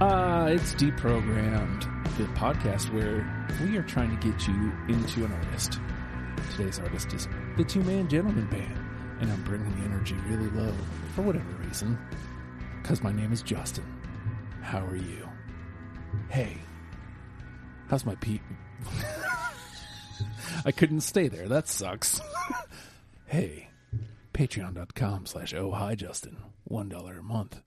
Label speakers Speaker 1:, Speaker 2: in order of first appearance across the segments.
Speaker 1: Uh, it's Deprogrammed, the podcast where we are trying to get you into an artist. Today's artist is the Two Man Gentleman Band, and I'm bringing the energy really low for whatever reason, because my name is Justin. How are you? Hey, how's my Pete? I couldn't stay there. That sucks. hey, patreon.com slash oh hi Justin. $1 a month.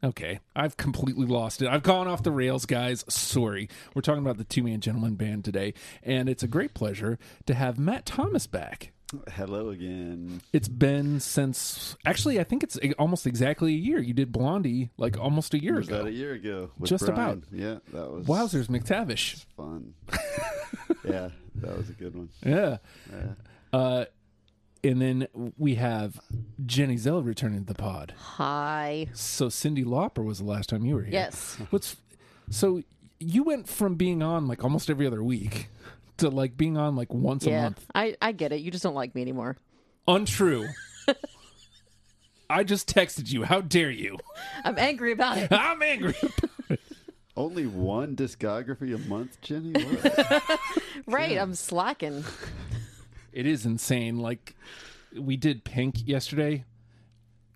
Speaker 1: Okay, I've completely lost it. I've gone off the rails, guys. Sorry. We're talking about the Two Man Gentleman Band today, and it's a great pleasure to have Matt Thomas back.
Speaker 2: Hello again.
Speaker 1: It's been since actually, I think it's e, almost exactly a year. You did Blondie like almost a year
Speaker 2: Was
Speaker 1: ago.
Speaker 2: that a year ago? with
Speaker 1: Just about.
Speaker 2: Brian. Yeah, that was
Speaker 1: Wowzers, McTavish.
Speaker 2: fun. yeah, that was a good one.
Speaker 1: Yeah. Uh, and then we have Jenny Zell returning to the pod.
Speaker 3: Hi.
Speaker 1: So Cindy Lauper was the last time you were here.
Speaker 3: Yes.
Speaker 1: What's so you went from being on like almost every other week to like being on like once a
Speaker 3: Yeah.
Speaker 1: month.
Speaker 3: I, I get it. You just don't like me anymore.
Speaker 1: Untrue. I just texted you. How dare you?
Speaker 3: I'm angry about it.
Speaker 1: I'm angry.
Speaker 2: Only one discography a month, Jenny. What?
Speaker 3: Right. I'm slacking.
Speaker 1: It is insane. Like we did Pink yesterday.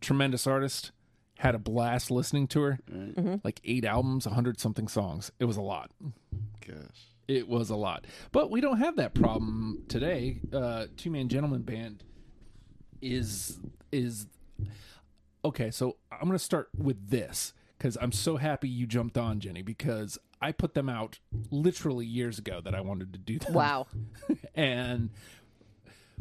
Speaker 1: Tremendous artist. Had a blast listening to her. Mm-hmm. Like eight albums, a hundred something songs. It was a lot.
Speaker 2: Gosh.
Speaker 1: It was a lot. But we don't have that problem today. Uh Two Man Gentleman Band is is Okay, so I'm going to start with this cuz I'm so happy you jumped on Jenny because I put them out literally years ago that I wanted to do them.
Speaker 3: Wow.
Speaker 1: and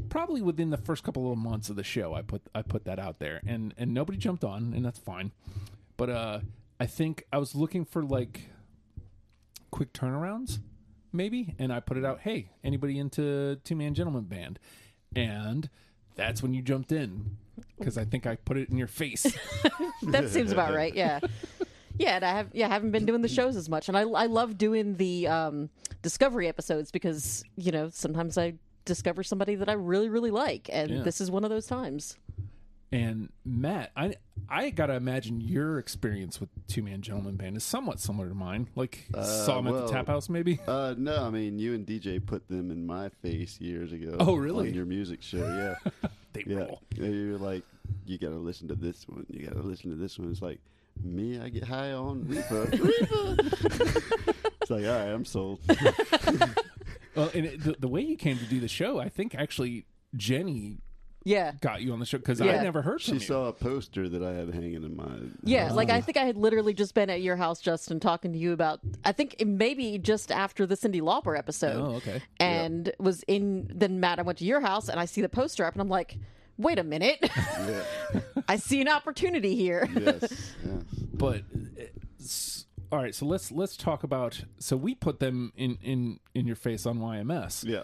Speaker 1: probably within the first couple of months of the show i put i put that out there and and nobody jumped on and that's fine but uh i think i was looking for like quick turnarounds maybe and i put it out hey anybody into two man gentleman band and that's when you jumped in because i think i put it in your face
Speaker 3: That seems about right. Yeah. Yeah, and I have yeah, I haven't been doing the shows as much, and I, I love doing the um, discovery episodes because you know sometimes I discover somebody that I really really like, and
Speaker 1: Yeah.
Speaker 3: this is one of those times.
Speaker 1: And Matt, I I gotta imagine your experience with Two Man Gentleman Band is somewhat similar to mine. Like saw him at
Speaker 2: Uh, well-
Speaker 1: the tap house, maybe.
Speaker 2: Uh, no, I mean you and DJ put them in my face years ago.
Speaker 1: Oh, really?
Speaker 2: On your music show, yeah,
Speaker 1: They
Speaker 2: yeah.
Speaker 1: rule.
Speaker 2: You're like, you gotta listen to this one. You gotta listen to this one. It's like me, I get high on reefer. Reefer. it's like, all right, I'm sold.
Speaker 1: Well, and it, the, the way you came to do the show, I think actually Jenny
Speaker 3: Yeah,
Speaker 1: got you on the show because I
Speaker 3: Yeah.
Speaker 1: never heard from
Speaker 2: She
Speaker 1: you.
Speaker 2: saw a poster that I had hanging in my.
Speaker 3: Yeah, like I think I had literally just been at your house, Justin, talking to you about. I think it maybe just after the Cindy Lauper episode.
Speaker 1: Oh, okay.
Speaker 3: And was in then Matt. I went to your house and I see the poster up and I'm like, wait a minute,
Speaker 2: Yeah.
Speaker 3: I see an opportunity here.
Speaker 2: yes. yes.
Speaker 1: but it's- all right, so let's let's talk about. So we put them in in in your face on YMS.
Speaker 2: Yeah.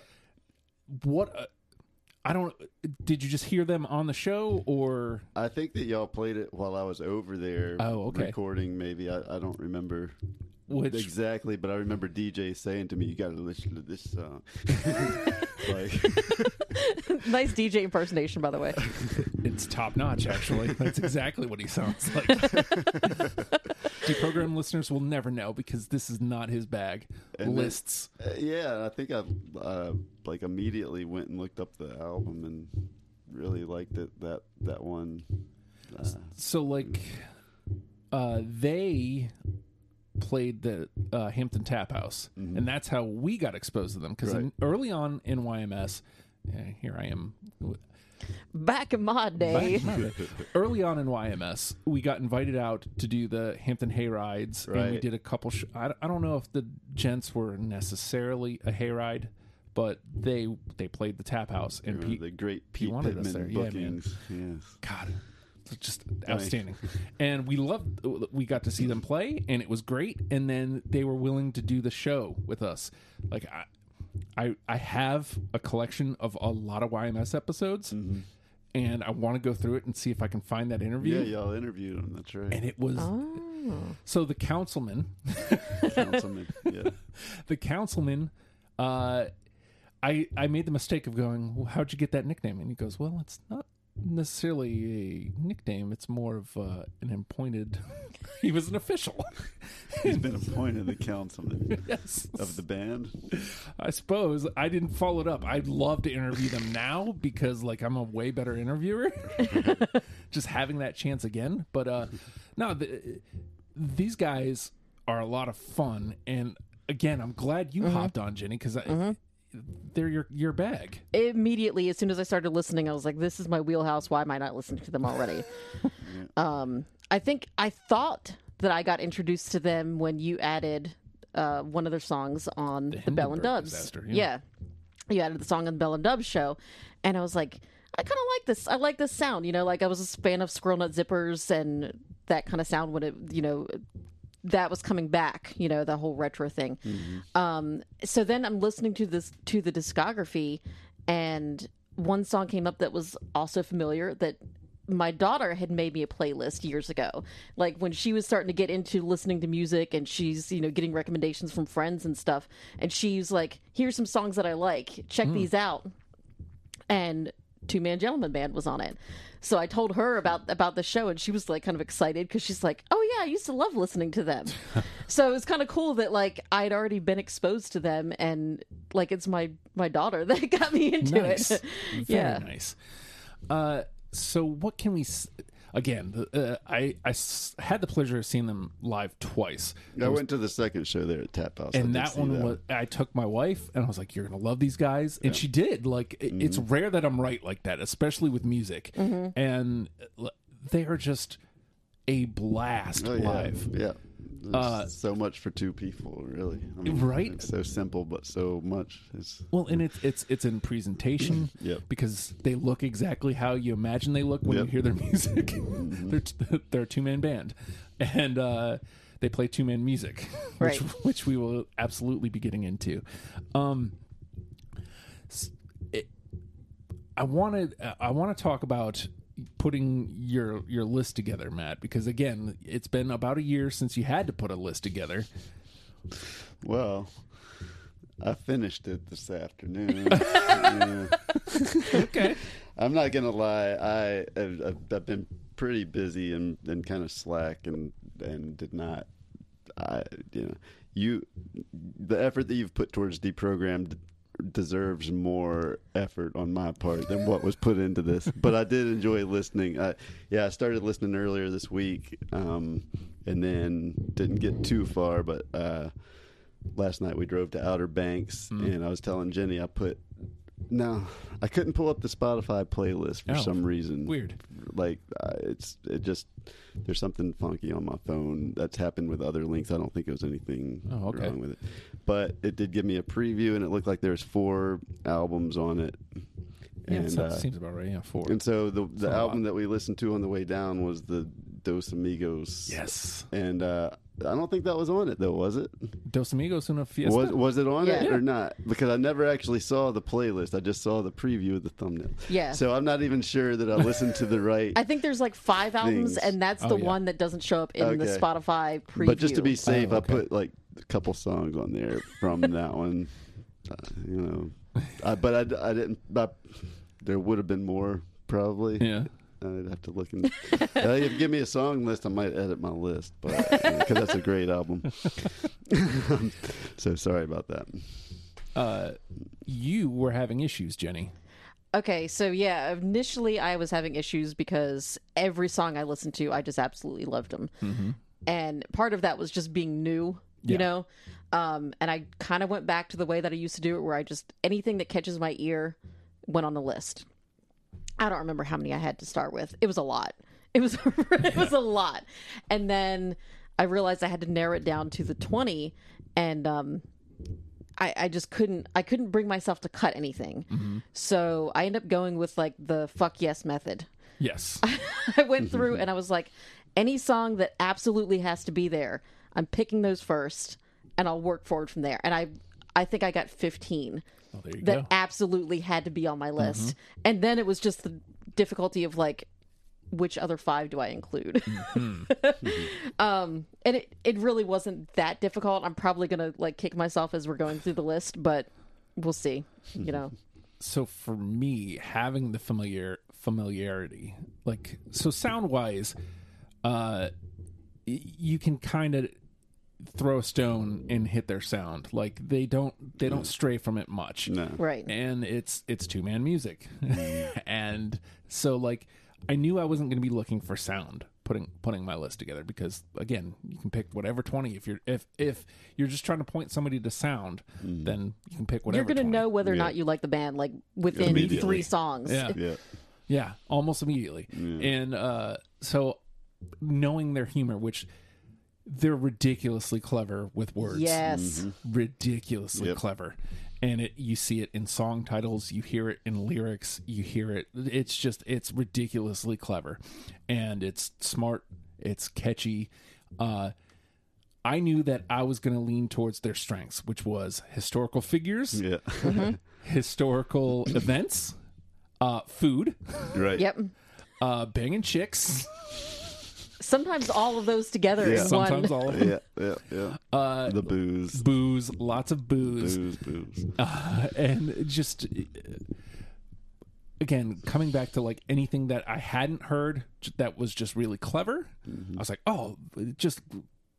Speaker 1: What? A, I don't. Did you just hear them on the show or?
Speaker 2: I think that y'all played it while I was over there.
Speaker 1: Oh, okay.
Speaker 2: Recording, maybe. I, I don't remember
Speaker 1: Which
Speaker 2: exactly, but I remember DJ saying to me, You got to listen to this song. like,
Speaker 3: nice DJ impersonation, by the way.
Speaker 1: It's top notch, actually. That's exactly what he sounds like. Deprogram listeners will never know because this is not his bag.
Speaker 2: And then-
Speaker 1: Lists.
Speaker 2: uh, yeah, and I think I uh, like immediately went and looked up the album and really liked it. That, that one. Uh,
Speaker 1: so, like, uh, they played the uh, Hampton Tap House, and that's how we got exposed to them because
Speaker 2: Mm-hmm. Right.
Speaker 1: early on in YMS, uh, here I am.
Speaker 3: Back in my day,
Speaker 1: early on in YMS, we got invited out to do the Hampton hay rides, and we
Speaker 2: Right.
Speaker 1: did a couple. Sh- I, I don't know if the gents were necessarily a hayride, but they they played the tap house and Pete.
Speaker 2: the great Pete
Speaker 1: wanted us
Speaker 2: Pittman
Speaker 1: there. Yeah, man.
Speaker 2: bookings. yes.
Speaker 1: God, it's just outstanding. and we loved. We got to see them play, and it was great. And then they were willing to do the show with us. Like I, I, I have a collection of a lot of YMS episodes.
Speaker 2: Mm-hmm.
Speaker 1: And I want to go through it and see if I can find that interview.
Speaker 2: Yeah, y'all interviewed him. That's right.
Speaker 1: And it was so the councilman,
Speaker 2: Councilman. Yeah.
Speaker 1: the councilman, uh, I I made the mistake of going, well, how'd you get that nickname? And he goes, well, it's not necessarily a nickname. It's more of uh, an appointed. he was an official.
Speaker 2: He's been appointed the council
Speaker 1: yes.
Speaker 2: of the band.
Speaker 1: I suppose I didn't follow it up. I'd love to interview them now because like I'm a way better interviewer. Just having that chance again, but uh no, the, these guys are a lot of fun and again, I'm glad you hopped on Jenny cuz they're your your bag.
Speaker 3: Immediately, as soon as I started listening, I was like, "This is my wheelhouse. Why am I not listening to them already?" um, I think I thought that I got introduced to them when you added uh, one of their songs on the, Bell
Speaker 1: Hindenburg
Speaker 3: and Dubs.
Speaker 1: disaster,
Speaker 3: yeah.
Speaker 1: yeah.
Speaker 3: you added the song on the Bell and Dubs show, and I was like, "I kind of like this. I like this sound." You know, like I was a fan of Squirrel Nut Zippers and that kind of sound when it, you know, that was coming back you know the whole retro thing um so then i'm listening to this to the discography and one song came up that was also familiar that my daughter had made me a playlist years ago like when she was starting to get into listening to music and she's you know getting recommendations from friends and stuff and she's like here's some songs that i like check these out and Two Man Gentleman Band was on it. So I told her about about the show, and she was like kind of excited because she's like, "Oh yeah, I used to love listening to them." so it was kind of cool that like I'd already been exposed to them, and like it's my my daughter that got me into
Speaker 1: nice.
Speaker 3: it.
Speaker 1: Very
Speaker 3: Yeah.
Speaker 1: nice. Uh, so what can we? S- again, the, uh, I I s- had the pleasure of seeing them live twice,
Speaker 2: I went to the second show there at Tap House. I did
Speaker 1: and that
Speaker 2: see
Speaker 1: one was I took my wife and I was like, "You're gonna love these guys," and she did. Like it- it's
Speaker 2: Mm-hmm.
Speaker 1: rare that I'm right like that, especially with music, and uh, l- they are just a blast
Speaker 2: Oh, yeah.
Speaker 1: live. Uh,
Speaker 2: Yeah. There's so much for two people, really. I mean,
Speaker 1: Right?
Speaker 2: It's so simple, but so much. It's,
Speaker 1: Well, and it's it's it's in presentation
Speaker 2: Yep.
Speaker 1: because they look exactly how you imagine they look when
Speaker 2: Yep. Mm-hmm.
Speaker 1: you hear their music. they're t- they're a two man band, and uh, they play two man music,
Speaker 3: Right.
Speaker 1: which which we will absolutely be getting into. Um, s- it- I wanted I want to talk about putting your your list together, Matt, because again, it's been about a year since you had to put a list together.
Speaker 2: well, I finished it this afternoon. Yeah.
Speaker 1: Okay,
Speaker 2: I'm not gonna lie. I I've, I've I've been pretty busy and, and kind of slack and and did not. I you know you the effort that you've put towards deprogrammed deserves more effort on my part than what was put into this. But I did enjoy listening. I, yeah, I started listening earlier this week, um, and then didn't get too far, but. Uh, last night we drove to Outer Banks,
Speaker 1: Hmm.
Speaker 2: and I was telling Jenny I put. No, I couldn't pull up the Spotify playlist for
Speaker 1: Oh,
Speaker 2: some reason.
Speaker 1: weird.
Speaker 2: Like uh, it's it just there's something funky on my phone that's happened with other links. I don't think it was anything
Speaker 1: Oh, okay.
Speaker 2: wrong with it, but it did give me a preview, and it looked like there was four albums on it.
Speaker 1: yeah,
Speaker 2: and
Speaker 1: so-
Speaker 2: uh,
Speaker 1: seems about right. Yeah, four.
Speaker 2: and so the the
Speaker 1: a lot.
Speaker 2: album that we listened to on the way down was the Dos Amigos.
Speaker 1: Yes.
Speaker 2: and uh, I don't think that was on it though, was it?
Speaker 1: Dos Amigos una fiesta.
Speaker 2: Was was it on it
Speaker 3: Yeah.
Speaker 2: or not? Because I never actually saw the playlist. I just saw the preview of the thumbnail.
Speaker 3: Yeah.
Speaker 2: So I'm not even sure that I listened to the right.
Speaker 3: I think there's like five albums,
Speaker 2: Things.
Speaker 3: and that's the
Speaker 1: Oh, yeah.
Speaker 3: one that doesn't show up in the
Speaker 2: Okay.
Speaker 3: Spotify preview.
Speaker 2: but just to be safe,
Speaker 1: Oh, okay.
Speaker 2: I put like a couple songs on there from that one. Uh, you know, I, but I, I didn't. I, there would have been more probably.
Speaker 1: Yeah.
Speaker 2: I'd have to look and uh, if you give me a song list. I might edit my list, but because that's a great album. so sorry about that.
Speaker 1: Uh, you were having issues, Jenny.
Speaker 3: Okay, so yeah, initially I was having issues because every song I listened to, I just absolutely loved them. And part of that was just being new, you
Speaker 1: Yeah.
Speaker 3: know? Um, and I kind of went back to the way that I used to do it, where I just, anything that catches my ear went on the list. I don't remember how many I had to start with. It was a lot. It was it was a lot. And then I realized I had to narrow it down to the 20 and um I, I just couldn't I couldn't bring myself to cut anything. So I ended up going with like the fuck yes method.
Speaker 1: Yes.
Speaker 3: I went through and I was like any song that absolutely has to be there, I'm picking those first and I'll work forward from there. And I I think I got 15
Speaker 1: Oh, there you
Speaker 3: that
Speaker 1: go.
Speaker 3: absolutely had to be on
Speaker 2: Mm-hmm.
Speaker 3: my list. And then it was just the difficulty of like, which other five do I include?
Speaker 2: Mm-hmm.
Speaker 3: um, and it, it really wasn't that
Speaker 2: Mm-hmm.
Speaker 3: difficult. I'm probably gonna like kick myself as we're going through the list, but we'll see. You know,
Speaker 1: so for me having the familiar familiarity like so sound wise uh y- you can kind of throw a stone and hit their sound like they don't they don't stray from it much
Speaker 2: Mm. No.
Speaker 3: Right.
Speaker 1: and it's it's two man music and so like i knew i wasn't going to be looking for sound putting putting my list together because again you can pick whatever 20 if you're if if you're just trying to point somebody to sound then you can pick whatever
Speaker 3: You're gonna
Speaker 1: 20.
Speaker 3: know whether or
Speaker 2: Yeah.
Speaker 3: not you like the band like within
Speaker 2: Immediately.
Speaker 3: three songs.
Speaker 1: Yeah.
Speaker 2: Yeah.
Speaker 1: Yeah, almost immediately. And uh, so knowing their humor, which they're ridiculously clever with words.
Speaker 3: Yes.
Speaker 2: Mm-hmm.
Speaker 1: Ridiculously
Speaker 2: Yep.
Speaker 1: clever. And it you see it in song titles, you hear it in lyrics, you hear it. It's just it's ridiculously clever. And it's smart, it's catchy. Uh I knew that I was going to lean towards their strengths, which was historical figures,
Speaker 2: Yeah.
Speaker 3: Mm-hmm.
Speaker 1: historical events, uh, food,
Speaker 2: right.
Speaker 3: Yep.
Speaker 1: uh, banging chicks.
Speaker 3: Sometimes all of those together
Speaker 2: Yeah.
Speaker 3: in
Speaker 1: Sometimes
Speaker 3: one.
Speaker 1: all of them.
Speaker 2: Yeah. Yeah. Yeah. Uh, the booze.
Speaker 1: Booze, lots of booze,
Speaker 2: Booze. Booze.
Speaker 1: Uh, and just uh, again coming back to like anything that I hadn't heard j- that was just really clever. I was like, oh, it just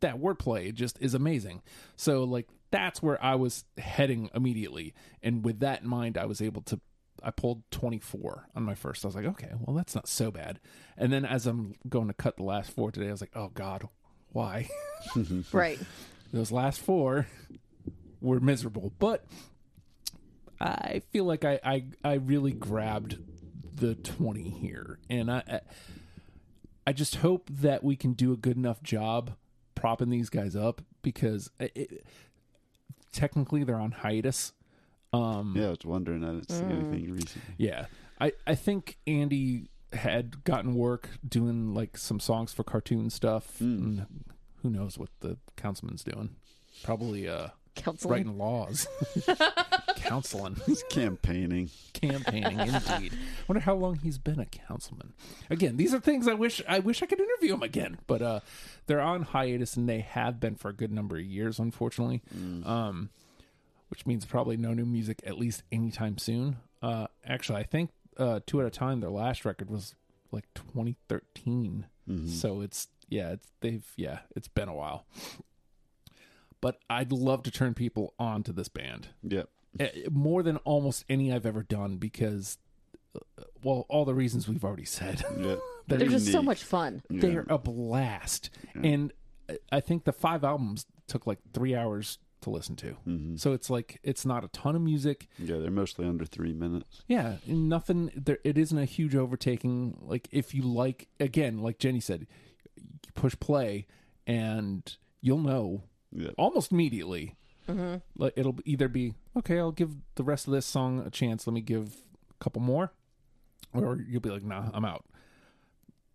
Speaker 1: that wordplay just is amazing. So like that's where I was heading immediately, and with that in mind, I was able to. I pulled 24 on my first. I was like, okay, well, that's not so bad. And then as I'm going to cut the last four today, I was like, oh, God, why?
Speaker 3: Right.
Speaker 1: those last four were miserable but i feel like i i, I really grabbed the 20 here and I, I i just hope that we can do a good enough job propping these guys up because it, it- technically they're on hiatus um
Speaker 2: Yeah. I was wondering. I didn't see
Speaker 3: Mm.
Speaker 2: anything recently.
Speaker 1: yeah. I, I think Andy had gotten work doing like some songs for cartoon stuff. And who knows what the councilman's doing? Probably uh
Speaker 3: Counseling.
Speaker 1: writing laws. counseling.
Speaker 2: Campaigning.
Speaker 1: Campaigning indeed. Wonder how long he's been a councilman. Again, these are things I wish I wish I could interview him again. But uh they're on hiatus and they have been for a good number of years, unfortunately. Um which means probably no new music at least anytime soon. Uh, actually, I think uh, Two at a Time, their last record was like 2013. So it's yeah, it's they've yeah, it's been a while. But I'd love to turn people on to this band
Speaker 2: Yep.
Speaker 1: Eh, more than almost any I've ever done because, uh, well, all the reasons we've already said.
Speaker 2: Yep.
Speaker 1: They're
Speaker 3: They're just so
Speaker 2: unique.
Speaker 3: much fun.
Speaker 2: Yeah.
Speaker 1: They're a blast. And I- I think the five albums took like three hours to listen to. So it's like, it's not a ton of music.
Speaker 2: Mm-hmm. Yeah. They're mostly under three minutes.
Speaker 1: Yeah. Nothing, there, it isn't a huge overtaking. Like, if you like, again, like Jenny said, you push play and you'll know
Speaker 2: Yep.
Speaker 1: almost immediately. Like, it'll either be, okay, I'll give the rest of this song a chance. Let me give a couple more. Or you'll be like, nah, I'm out.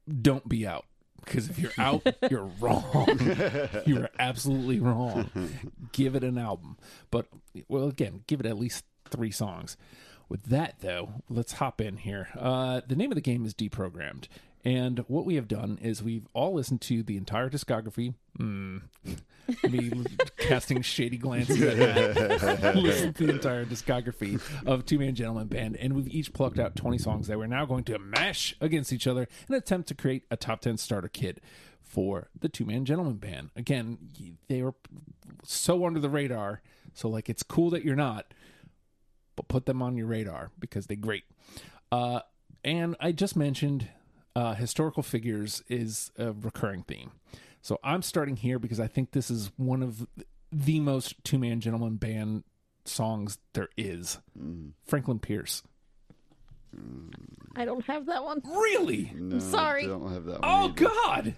Speaker 1: Don't be out. Because if you're out, you're wrong. you're absolutely wrong. give it an album. But, well, again, give it at least three songs. With that, though, let's hop in here. Uh, the name of the game is Deprogrammed. And what we have done is we've all listened to the entire discography. Mm. Me casting shady glances at that. listened to the entire discography of Two Man Gentleman Band, and we've each plucked out 20 songs that we're now going to mash against each other in an attempt to create a top 10 starter kit for the Two Man Gentleman Band. Again, y- they were so under the radar. So, like, it's cool that you're not, but put them on your radar because they're great. Uh, and I just mentioned uh, historical figures is a recurring theme. So I'm starting here because I think this is one of the most two man gentleman band songs there is. Franklin Pierce.
Speaker 3: I don't have that one.
Speaker 1: Really?
Speaker 2: No,
Speaker 3: sorry.
Speaker 2: I don't have that one.
Speaker 1: Oh,
Speaker 2: either,
Speaker 1: God.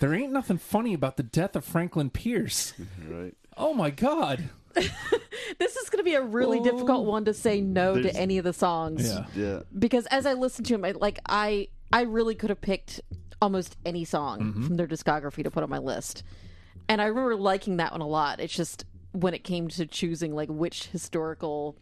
Speaker 1: There ain't nothing funny about the death of Franklin Pierce.
Speaker 2: Right.
Speaker 1: Oh, my God.
Speaker 3: This is gonna be a really
Speaker 1: Oh.
Speaker 3: difficult one to say no
Speaker 2: There's-
Speaker 3: to any of the songs.
Speaker 1: Yeah.
Speaker 2: Yeah.
Speaker 3: because as I listened to him, I, like I I really could have picked almost any song
Speaker 2: Mm-hmm.
Speaker 3: from their discography to put on my list, and I remember liking that one a lot. It's just when it came to choosing like which historical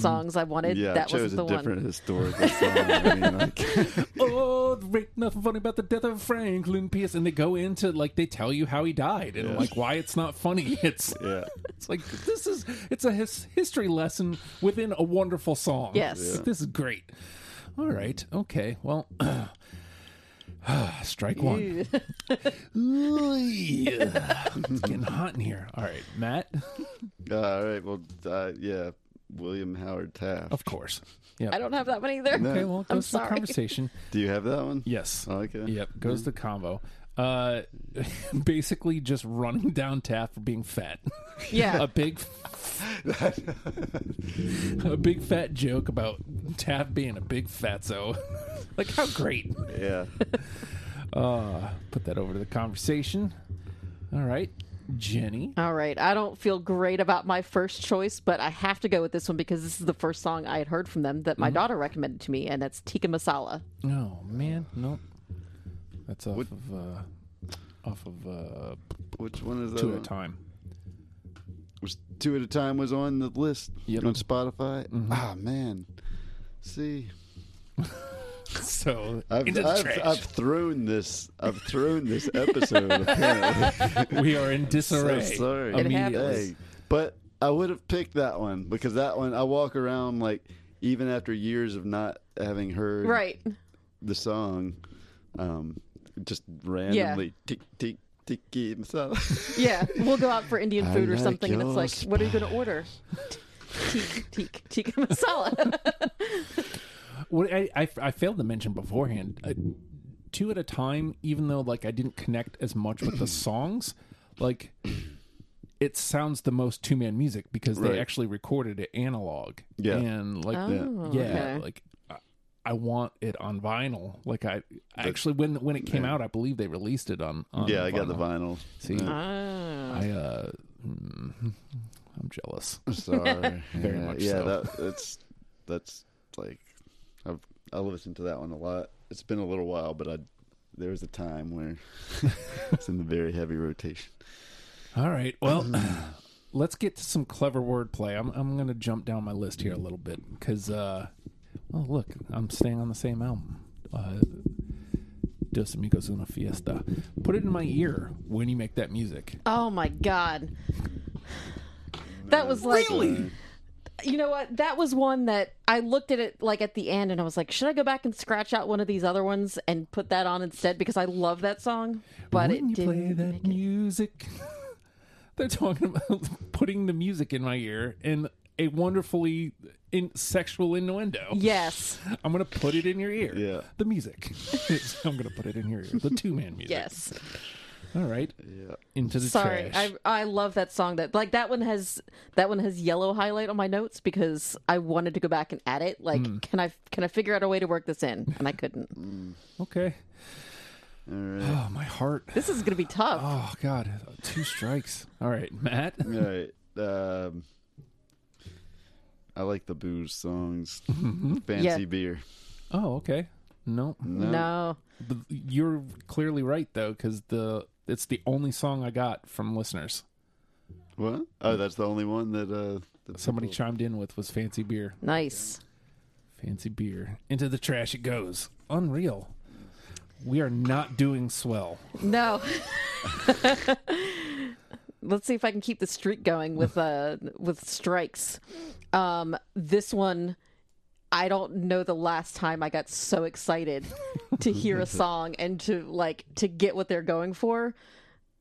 Speaker 3: songs I wanted,
Speaker 2: Mm-hmm. Yeah. I
Speaker 3: that
Speaker 2: chose
Speaker 3: wasn't
Speaker 2: a
Speaker 3: the
Speaker 2: different
Speaker 3: one.
Speaker 2: historical song. I mean, like,
Speaker 1: oh, there ain't nothing funny about the death of Franklin Pierce. And they go into, like, they tell you how he died and, like, why it's not funny. It's
Speaker 2: yeah.
Speaker 1: It's like this is it's a his, history lesson within a wonderful song.
Speaker 3: Yes. Yeah.
Speaker 1: this is great. All right, okay, well. Strike one.
Speaker 3: Ew.
Speaker 1: Ooh, yeah. it's getting hot in here. All right, Matt.
Speaker 2: all right. Well, uh, yeah, William Howard Taft.
Speaker 1: Of course. Yeah.
Speaker 3: I don't have that one either.
Speaker 1: Okay, well, it
Speaker 3: I'm
Speaker 1: goes to the
Speaker 3: sorry.
Speaker 1: conversation.
Speaker 2: Do you have that one?
Speaker 1: Yes.
Speaker 2: Okay.
Speaker 1: Yep. Goes
Speaker 2: Mm-hmm.
Speaker 1: the combo. Uh, basically just running down Taft for being fat.
Speaker 3: Yeah.
Speaker 1: a big, a big fat joke about Taft being a big fatso. like how great.
Speaker 2: Yeah. Ah.
Speaker 1: Uh, put that over to the conversation. All right, Jenny.
Speaker 3: All right. I don't feel great about my first choice, but I have to go with this one because this is the first song I had heard from them that my
Speaker 2: Mm-hmm.
Speaker 3: daughter recommended to me, and that's Tikka Masala.
Speaker 1: Oh man, nope. That's off of uh, off of uh,
Speaker 2: Which one is that?
Speaker 1: two at
Speaker 2: on?
Speaker 1: a time.
Speaker 2: Was two at a time was on the list
Speaker 1: Yep. Mm-hmm.
Speaker 2: on Spotify. Ah man. See,
Speaker 1: So
Speaker 2: I've,
Speaker 1: into the
Speaker 2: I've,
Speaker 1: trash.
Speaker 2: I've thrown this. I've thrown this episode. apparently.
Speaker 1: we are in disarray.
Speaker 2: So sorry.
Speaker 1: It immediately.
Speaker 2: Hey, but I would have picked that one because that one I walk around like even after years of not having heard
Speaker 3: Right.
Speaker 2: the song, um, just randomly tick tick tiki masala.
Speaker 3: Yeah. We'll go out for Indian
Speaker 2: I
Speaker 3: food or
Speaker 2: like
Speaker 3: something, and it's
Speaker 2: your
Speaker 3: like, what are you going to order? Tikka, tikka, tikka masala.
Speaker 1: What I, I, I failed to mention beforehand, uh, two at a time. Even though like I didn't connect as much with the songs, like it sounds the most two man music because they
Speaker 2: Right.
Speaker 1: actually recorded it analog.
Speaker 2: Yeah.
Speaker 1: and like
Speaker 3: Oh,
Speaker 1: yeah,
Speaker 3: okay.
Speaker 1: like. I- I want it on vinyl. Like I actually, when when it came out, I believe they released it on. on
Speaker 2: yeah, I got the vinyl.
Speaker 1: See,
Speaker 2: Yeah.
Speaker 3: Ah.
Speaker 1: I uh, mm, I'm jealous.
Speaker 2: Sorry.
Speaker 1: Very
Speaker 2: yeah,
Speaker 1: much
Speaker 2: Yeah,
Speaker 1: so.
Speaker 2: that, that's that's like I've I listened to that one a lot. It's been a little while, but I there was a time where it's in the very heavy rotation.
Speaker 1: All right. Well, let's get to some clever wordplay. I'm I'm going to jump down my list here a little bit because, uh, well, look, I'm staying on the same album. Uh, Dos amigos una fiesta. Put it in my ear when you make that music.
Speaker 3: Oh my god. That was like you know what? That was one that I looked at it like at the end and I was like, should I go back and scratch out one of these other ones and put that on instead because I love that song, but
Speaker 1: when
Speaker 3: it
Speaker 1: you play
Speaker 3: didn't.
Speaker 1: that music, they're talking about putting the music in my ear and a wonderfully in sexual innuendo.
Speaker 3: Yes.
Speaker 1: I'm gonna put it in your ear.
Speaker 2: Yeah.
Speaker 1: The music. I'm gonna put it in your ear. The two man music.
Speaker 3: Yes.
Speaker 1: All right.
Speaker 2: Yeah.
Speaker 1: Into the
Speaker 3: Sorry.
Speaker 1: trash.
Speaker 3: I I love that song that like that one has that one has yellow highlight on my notes because I wanted to go back and add it. Like
Speaker 1: Hmm.
Speaker 3: can I can I figure out a way to work this in? And I couldn't.
Speaker 1: Okay.
Speaker 2: All right.
Speaker 1: Oh, my heart.
Speaker 3: This is going to be tough.
Speaker 1: Oh God. Two strikes. All right, Matt.
Speaker 2: All right. Um, I like the booze songs. Fancy
Speaker 3: Yeah.
Speaker 2: beer.
Speaker 1: Oh, okay. No,
Speaker 3: no.
Speaker 1: but you're clearly right though, because the it's the only song I got from listeners.
Speaker 2: What? Oh, that's the only one that uh that
Speaker 1: Somebody
Speaker 2: people-
Speaker 1: chimed in with was fancy beer.
Speaker 3: Nice.
Speaker 1: Fancy beer. Into the trash it goes. Unreal. We are not doing swell.
Speaker 3: No. Let's see if I can keep the streak going with uh with strikes. Um this one I don't know the last time I got so excited to hear a song and to like to get what they're going for.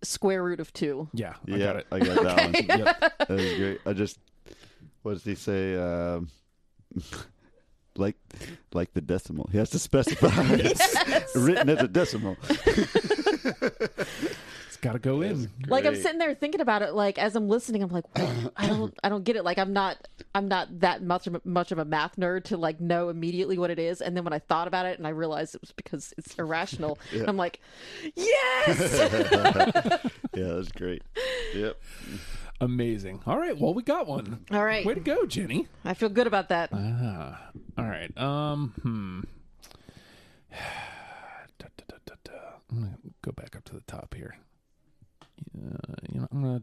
Speaker 3: Square root of 2.
Speaker 1: Yeah, I
Speaker 2: yeah,
Speaker 1: got it.
Speaker 2: I got that one.
Speaker 1: Yep.
Speaker 2: That was great. I just what does he say? Um, like like the decimal. He has to specify it's written as a decimal.
Speaker 1: It's got to go in.
Speaker 3: Like I'm
Speaker 2: Great.
Speaker 3: sitting there thinking about it like as I'm listening I'm like "What? I don't I don't get it like I'm not I'm not that much of, much of a math nerd to like know immediately what it is and then when I thought about it and I realized it was because it's irrational I'm like yes
Speaker 2: Yeah, that's great. Yep.
Speaker 1: Amazing. All right, well, we got one.
Speaker 3: All right.
Speaker 1: Way to go, Jenny.
Speaker 3: I feel good about that.
Speaker 1: Ah, all right. Um, hmm. Da, da, da, da, da. I'm gonna go back up to the top here. Uh, you know, I'm gonna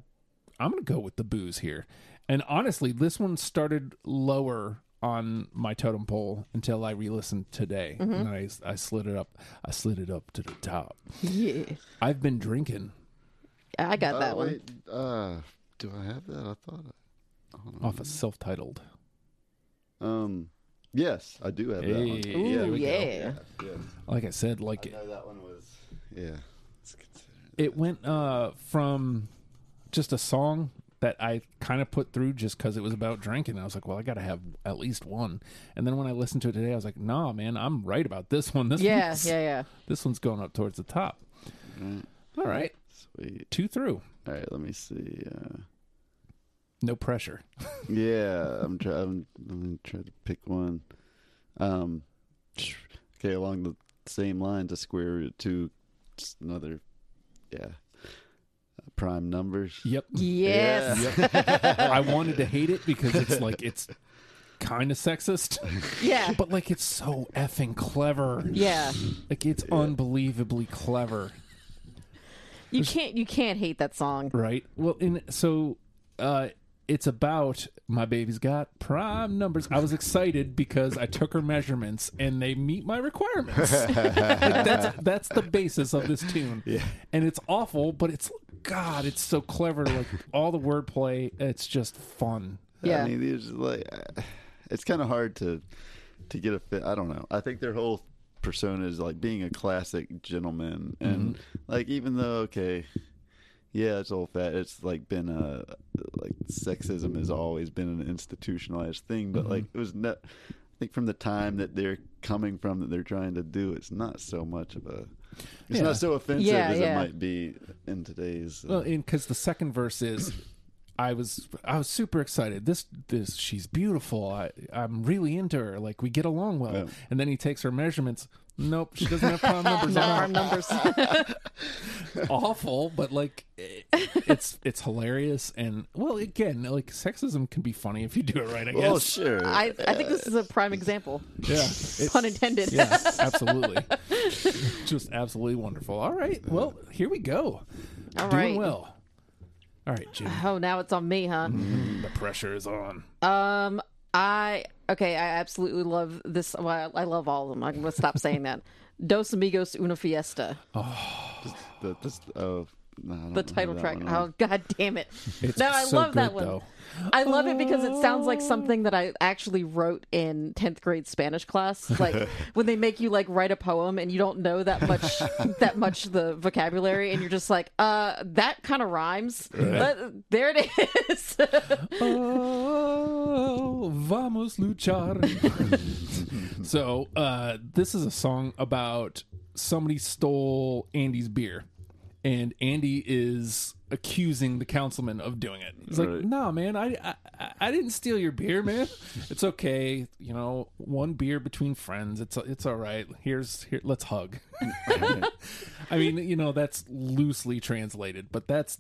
Speaker 1: I'm gonna go with the booze here. And honestly, this one started lower on my totem pole until I re-listened today, and I I slid it up. I slid it up to the top.
Speaker 3: Yeah.
Speaker 1: I've been drinking.
Speaker 3: I got that one.
Speaker 2: Oh, Uh, Do I have that? I thought. I- I don't know.
Speaker 1: off a self-titled.
Speaker 2: Um, yes, I do have that one.
Speaker 1: Hey.
Speaker 3: Ooh,
Speaker 1: Yeah, there we go.
Speaker 3: yeah.
Speaker 2: Yes.
Speaker 1: Like I said, like
Speaker 2: I know that one was. Yeah. It's considered.
Speaker 1: it went uh, from just a song that I kind of put through just because it was about drinking. I was like, well, I got to have at least one. And then when I listened to it today, I was like, nah, man, I'm right about this one. This
Speaker 3: Yeah,
Speaker 1: one's,
Speaker 3: yeah, yeah.
Speaker 1: this one's going up towards the top. All right,
Speaker 2: Sweet.
Speaker 1: two through,
Speaker 2: All right, let me see. Uh,
Speaker 1: no pressure.
Speaker 2: yeah, I'm trying. I'm, I'm gonna try to pick one. Um, okay, along the same lines, a square root two, just another. Yeah. Uh, prime numbers.
Speaker 1: Yep,
Speaker 3: Yes. Yeah.
Speaker 1: I wanted to hate it because it's like it's kind of sexist,
Speaker 3: Yeah.
Speaker 1: but like it's so effing clever. Like it's unbelievably clever.
Speaker 3: You can't you can't hate that song.
Speaker 1: Right. Well, and so uh, it's about my baby's got prime numbers. I was excited because I took her measurements and they meet my requirements. like that's that's the basis of this tune. Yeah. And it's awful, but it's God, it's so clever. Like all the wordplay, it's just fun.
Speaker 3: Yeah.
Speaker 2: I mean, these are like uh, it's kind of hard to to get a fit. I don't know. I think their whole persona is like being a classic gentleman,
Speaker 3: Mm-hmm.
Speaker 2: and like even though okay, yeah, it's old fat. It's like been a like sexism has always been an institutionalized thing,
Speaker 3: Mm-hmm.
Speaker 2: but like it was not. I think from the time that they're coming from that they're trying to do, it's not so much of a. It's
Speaker 1: Yeah.
Speaker 2: not so offensive
Speaker 3: Yeah,
Speaker 2: as
Speaker 3: yeah.
Speaker 2: it might be in today's. uh,
Speaker 1: Well, and because the second verse is, I was I was super excited. This this she's beautiful. I I'm really into her. Like we get along well.
Speaker 2: Yeah.
Speaker 1: And then he takes her measurements. Nope, she doesn't have prime numbers.
Speaker 3: Not
Speaker 1: I'm out.
Speaker 3: our numbers.
Speaker 1: awful, but like it- it's it's hilarious and well again like sexism can be funny if you do it right. I guess.
Speaker 2: well, Oh, sure.
Speaker 3: I, I think this is a prime example.
Speaker 1: yeah, it's-
Speaker 3: Pun intended.
Speaker 1: yeah, absolutely, just absolutely wonderful. All right, well here we go.
Speaker 3: All
Speaker 1: Doing
Speaker 3: right.
Speaker 1: well. All right, Jim.
Speaker 3: Oh, now it's on me, huh?
Speaker 1: The pressure is on.
Speaker 3: Um, I okay. I absolutely love this. Well, I love all of them. I'm gonna stop saying that. Dos Amigos Una Fiesta,
Speaker 1: Oh,
Speaker 2: The, this, oh, no, I don't know
Speaker 3: the title
Speaker 2: that
Speaker 3: track.
Speaker 2: one.
Speaker 3: Oh God damn it!
Speaker 1: It's
Speaker 3: no, I
Speaker 1: so
Speaker 3: love
Speaker 1: good,
Speaker 3: that one.
Speaker 1: though.
Speaker 3: I love it because it sounds like something that I actually wrote in tenth grade Spanish class. Like when they make you like write a poem and you don't know that much that much the vocabulary, and you're just like, uh, that kind of rhymes. Let- there it is.
Speaker 1: Oh, vamos luchar. so, uh, this is a song about somebody stole Andy's beer, and Andy is accusing the councilman of doing it. He's like,
Speaker 2: Right.
Speaker 1: "Nah, man, I, I- I I didn't steal your beer, man. It's okay, you know, one beer between friends. It's it's all right. Here's here, let's hug." I mean, you know, that's loosely translated, but that's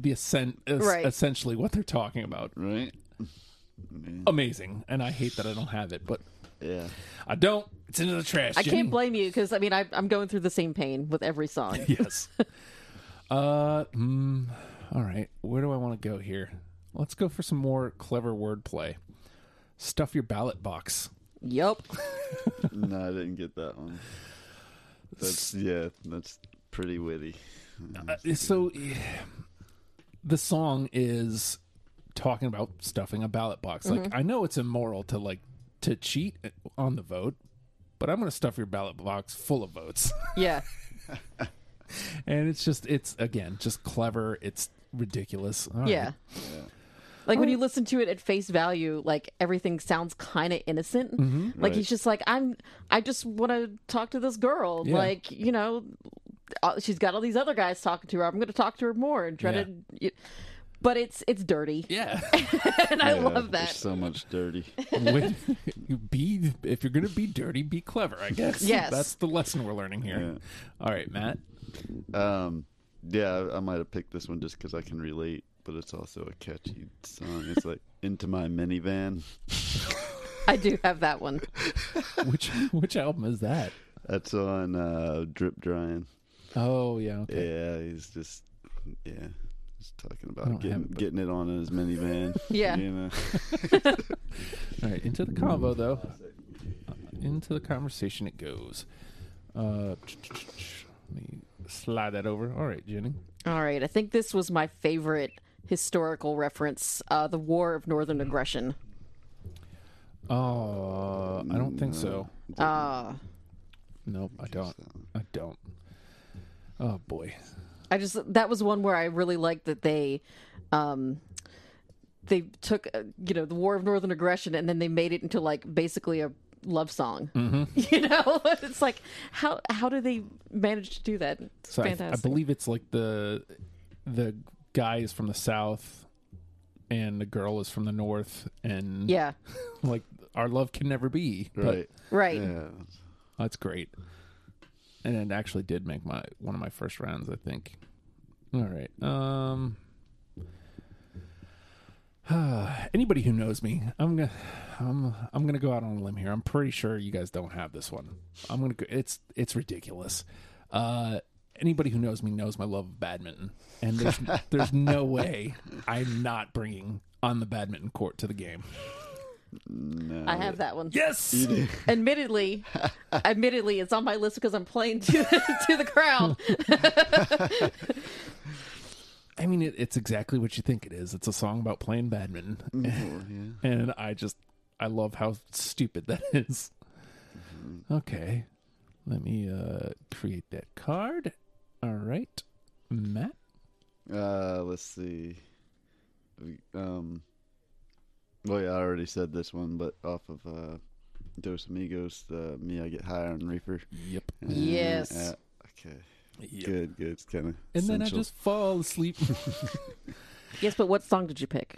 Speaker 1: the ascent, es-
Speaker 3: Right.
Speaker 1: essentially what they're talking about.
Speaker 2: right?
Speaker 1: Amazing, and I hate that I don't have it, but
Speaker 2: Yeah.
Speaker 1: I don't. It's into the trash.
Speaker 3: I can't blame you because I mean I, I'm going through the same pain with every song.
Speaker 1: Yes. uh, mm, all right. Where do I want to go here? Let's go for some more clever wordplay. Stuff your ballot box.
Speaker 3: Yup.
Speaker 2: No, I didn't get that one. That's yeah, that's pretty witty.
Speaker 1: Uh, so eh, the song is talking about stuffing a ballot box like i know it's immoral to like to cheat on the vote but i'm going to stuff your ballot box full of votes
Speaker 3: Yeah.
Speaker 1: and it's just it's again just clever it's ridiculous All right.
Speaker 3: Yeah. Like when you listen to it at face value, like everything sounds kind of innocent. Like
Speaker 1: Mm-hmm.
Speaker 2: Right.
Speaker 3: he's just like, I'm, I just want to talk to this girl.
Speaker 1: Yeah.
Speaker 3: Like, you know, uh, she's got all these other guys talking to her. I'm going to talk to her more and try
Speaker 1: Yeah.
Speaker 3: to. y- But it's it's dirty,
Speaker 1: yeah
Speaker 3: and I
Speaker 2: Yeah,
Speaker 3: love
Speaker 2: there's
Speaker 3: that.
Speaker 2: so much dirty.
Speaker 1: When- you be if you're gonna be dirty be clever i guess
Speaker 3: Yes.
Speaker 1: that's the lesson we're learning here
Speaker 2: Yeah.
Speaker 1: all right matt
Speaker 2: Um, yeah, I, I might have picked this one just because I can relate, but it's also a catchy song. It's like into my minivan.
Speaker 3: I do have that one.
Speaker 1: which which album is that
Speaker 2: That's on uh, drip drying.
Speaker 1: oh yeah okay
Speaker 2: Yeah, he's just yeah, just talking
Speaker 1: don't
Speaker 2: about
Speaker 1: have
Speaker 2: getting,
Speaker 1: it, but-
Speaker 2: getting it on in his minivan.
Speaker 3: Yeah.
Speaker 2: you know.
Speaker 1: All right, into the convo though. Uh, Into the conversation it goes. Uh, let me slide that over. All right, Jenny.
Speaker 3: All right, I think this was my favorite historical reference, uh, the War of Northern Aggression.
Speaker 1: Oh, I don't think so.
Speaker 3: Uh,
Speaker 1: Nope, I don't. I don't. Oh boy.
Speaker 3: I just that was one where I really liked that they, um, they took uh, you know the War of Northern Aggression and then they made it into like basically a love song.
Speaker 1: Mm-hmm.
Speaker 3: You know, it's like how how do they manage to do that? It's
Speaker 1: So I, I
Speaker 3: fantastic.
Speaker 1: believe it's like the the guy is from the south and the girl is from the north and
Speaker 3: yeah,
Speaker 1: like our love can never be. But
Speaker 2: Right.
Speaker 3: right.
Speaker 2: Yeah.
Speaker 1: That's great. And it actually did make my one of my first rounds, I think. All right. Um anybody who knows me, I'm gonna I'm I'm gonna go out on a limb here. I'm pretty sure you guys don't have this one. I'm gonna go it's it's ridiculous. Uh anybody who knows me knows my love of badminton. And there's there's no way I'm not bringing on the badminton court to the game.
Speaker 3: I have that one.
Speaker 1: Yes.
Speaker 3: Admittedly, admittedly, it's on my list because I'm playing to to the crowd.
Speaker 1: I mean, it, it's exactly what you think it is. It's a song about playing badminton, and I just I love how stupid that is. Okay, let me uh create that card. All right, Matt.
Speaker 2: Uh, let's see. We- Um, well, yeah, I already said this one, but off of uh, Dos Amigos, uh, me, I get higher on Reaper.
Speaker 1: Yep.
Speaker 2: Uh,
Speaker 3: Yes.
Speaker 2: yeah, okay. Good. Good. It's kind of.
Speaker 1: And then I just fall asleep.
Speaker 3: Yes, but what song did you pick?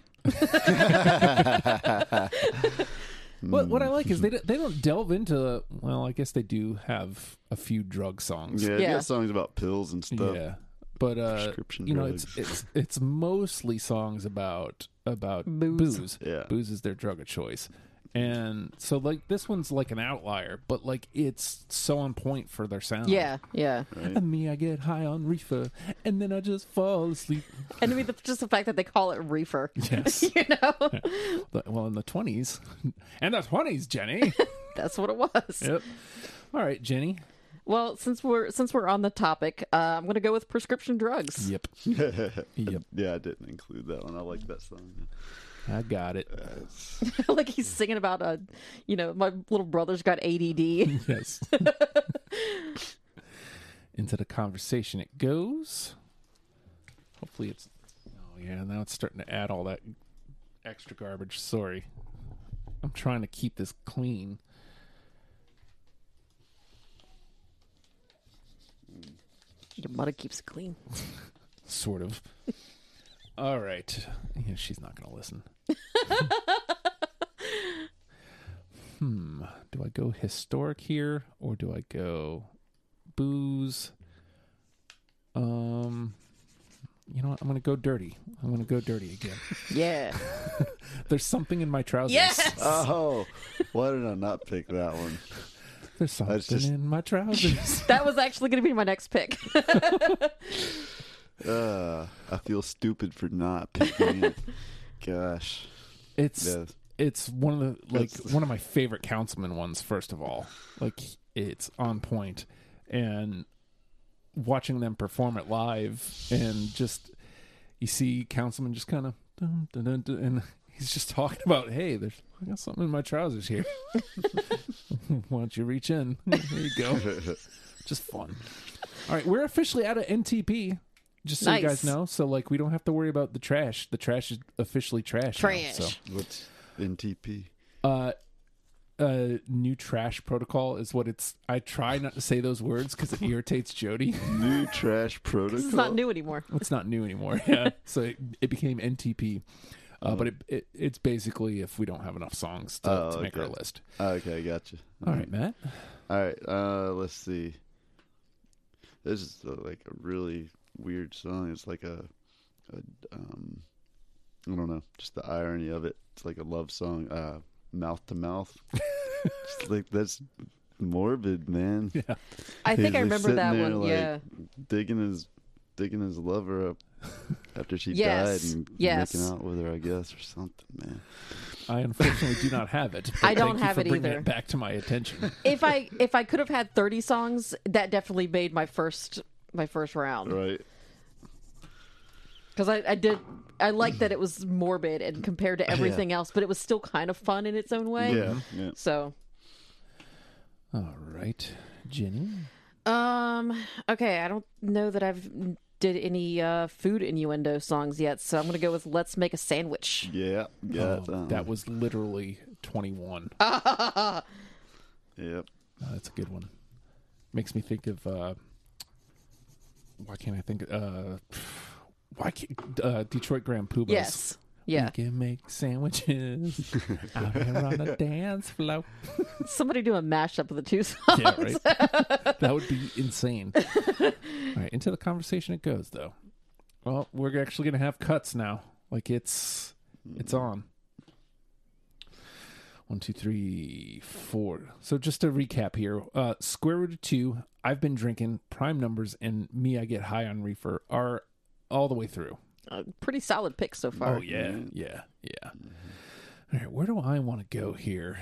Speaker 1: what what I like is they don't, they don't delve into. Well, I guess they do have a few drug songs.
Speaker 2: Yeah, yeah.
Speaker 3: Yeah.
Speaker 2: got songs about pills and stuff.
Speaker 1: yeah. But uh,
Speaker 2: prescription
Speaker 1: you know,
Speaker 2: drugs.
Speaker 1: it's it's it's mostly songs about about
Speaker 3: Booze.
Speaker 1: booze.
Speaker 2: Yeah.
Speaker 1: booze is their drug of choice and so like this one's like an outlier but like it's so on point for their
Speaker 2: Oh.
Speaker 1: sound
Speaker 3: Yeah, yeah.
Speaker 1: and me i get high on reefer and then i just fall asleep
Speaker 3: And I mean, the, just the fact that they call it reefer.
Speaker 1: yes
Speaker 3: You know,
Speaker 1: But- well in the 20s and the 20s jenny
Speaker 3: that's what it was.
Speaker 1: yep all right jenny
Speaker 3: Well, since we're since we're on the topic, uh, I'm going to go with prescription drugs.
Speaker 1: yep yep
Speaker 2: Yeah, I didn't include that one. I like that song.
Speaker 1: i got it
Speaker 3: like he's singing about a, you know, my little brother's got ADD.
Speaker 1: yes into the conversation it goes hopefully it's oh yeah now it's starting to add all that extra garbage sorry i'm trying to keep this clean
Speaker 3: Your mother keeps it clean.
Speaker 1: sort of all right yeah, she's not gonna listen hmm do i go historic here or do i go booze um you know what i'm gonna go dirty i'm gonna go dirty again
Speaker 3: Yeah.
Speaker 1: There's something in my trousers.
Speaker 3: Yes.
Speaker 2: Oh, why did I not pick that one?
Speaker 1: There's something
Speaker 2: just-
Speaker 1: in my trousers.
Speaker 3: That was actually going to be my next pick.
Speaker 2: Uh, I feel stupid for not picking it. Gosh.
Speaker 1: it's
Speaker 2: Yeah.
Speaker 1: it's one of the like
Speaker 2: It's-
Speaker 1: one of my favorite councilman ones, first of all. Like it's on point. And watching them perform it live and just you see councilman just kind of dun, dun, dun, dun, and he's just talking about hey there's i got something in my trousers here why don't you reach in there you go just fun all right we're officially out of ntp just so you guys
Speaker 3: Nice.
Speaker 1: know so like we don't have to worry about the trash the trash is officially trash now,
Speaker 3: Trash.
Speaker 1: so
Speaker 2: What's NTP?
Speaker 1: uh uh new trash protocol is what it's i try not to say those words because it irritates jody
Speaker 2: New trash protocol.
Speaker 3: This is not new anymore.
Speaker 1: it's not new anymore. Yeah, so it, it became NTP, uh, but it, it it's basically if we don't have enough songs to,
Speaker 2: Oh,
Speaker 1: to make our
Speaker 2: okay.
Speaker 1: list.
Speaker 2: Okay, gotcha.
Speaker 1: All right, Matt.
Speaker 2: All right, uh, let's see. This is uh, like a really weird song. It's like a, a um, I don't know, just the irony of it. It's like a love song, uh, mouth to mouth. It's like that's morbid, man.
Speaker 1: Yeah,
Speaker 3: I think
Speaker 2: He's,
Speaker 3: I
Speaker 2: like,
Speaker 3: remember
Speaker 2: sitting
Speaker 3: that
Speaker 2: there,
Speaker 3: one.
Speaker 2: like,
Speaker 3: yeah.
Speaker 2: Digging his, digging his lover up after she
Speaker 3: Yes,
Speaker 2: died and
Speaker 3: yes.
Speaker 2: making out with her, I guess, or something, man.
Speaker 1: I unfortunately do not have it. but
Speaker 3: I don't
Speaker 1: thank you
Speaker 3: have
Speaker 1: for
Speaker 3: it
Speaker 1: bringing
Speaker 3: either.
Speaker 1: It back to my attention.
Speaker 3: If I if I could have had 30 songs, that definitely made my first my first round.
Speaker 2: Right?
Speaker 3: because I, I did I like that it was morbid and compared to everything else, but it was still kind of fun in its own way.
Speaker 2: Yeah, yeah.
Speaker 3: So,
Speaker 1: All right, Jenny.
Speaker 3: um, okay, I don't know that I've did any uh, food innuendo songs yet, so I'm gonna go with "Let's Make a Sandwich."
Speaker 2: Yeah, um,
Speaker 1: Oh,
Speaker 2: got
Speaker 1: that was literally 21.
Speaker 2: Yep.
Speaker 1: Oh, that's a good one. Makes me think of uh, why can't I think? Uh, why can't uh, Detroit Grand Poobas?
Speaker 3: Yes, yeah.
Speaker 1: We can make sandwiches out here on the dance floor.
Speaker 3: Somebody do a mashup of the two songs.
Speaker 1: Yeah, right. that would be insane. All right, into the conversation it goes though. Well, we're actually gonna have cuts now. Like it's it's on. One, two, three, four. So just to recap here, uh square root of two, I've been drinking prime numbers and me I get high on reefer are all the way through.
Speaker 3: Uh, pretty solid pick so far.
Speaker 1: Oh yeah, yeah, yeah. All right, Mm-hmm. where do I want to go here?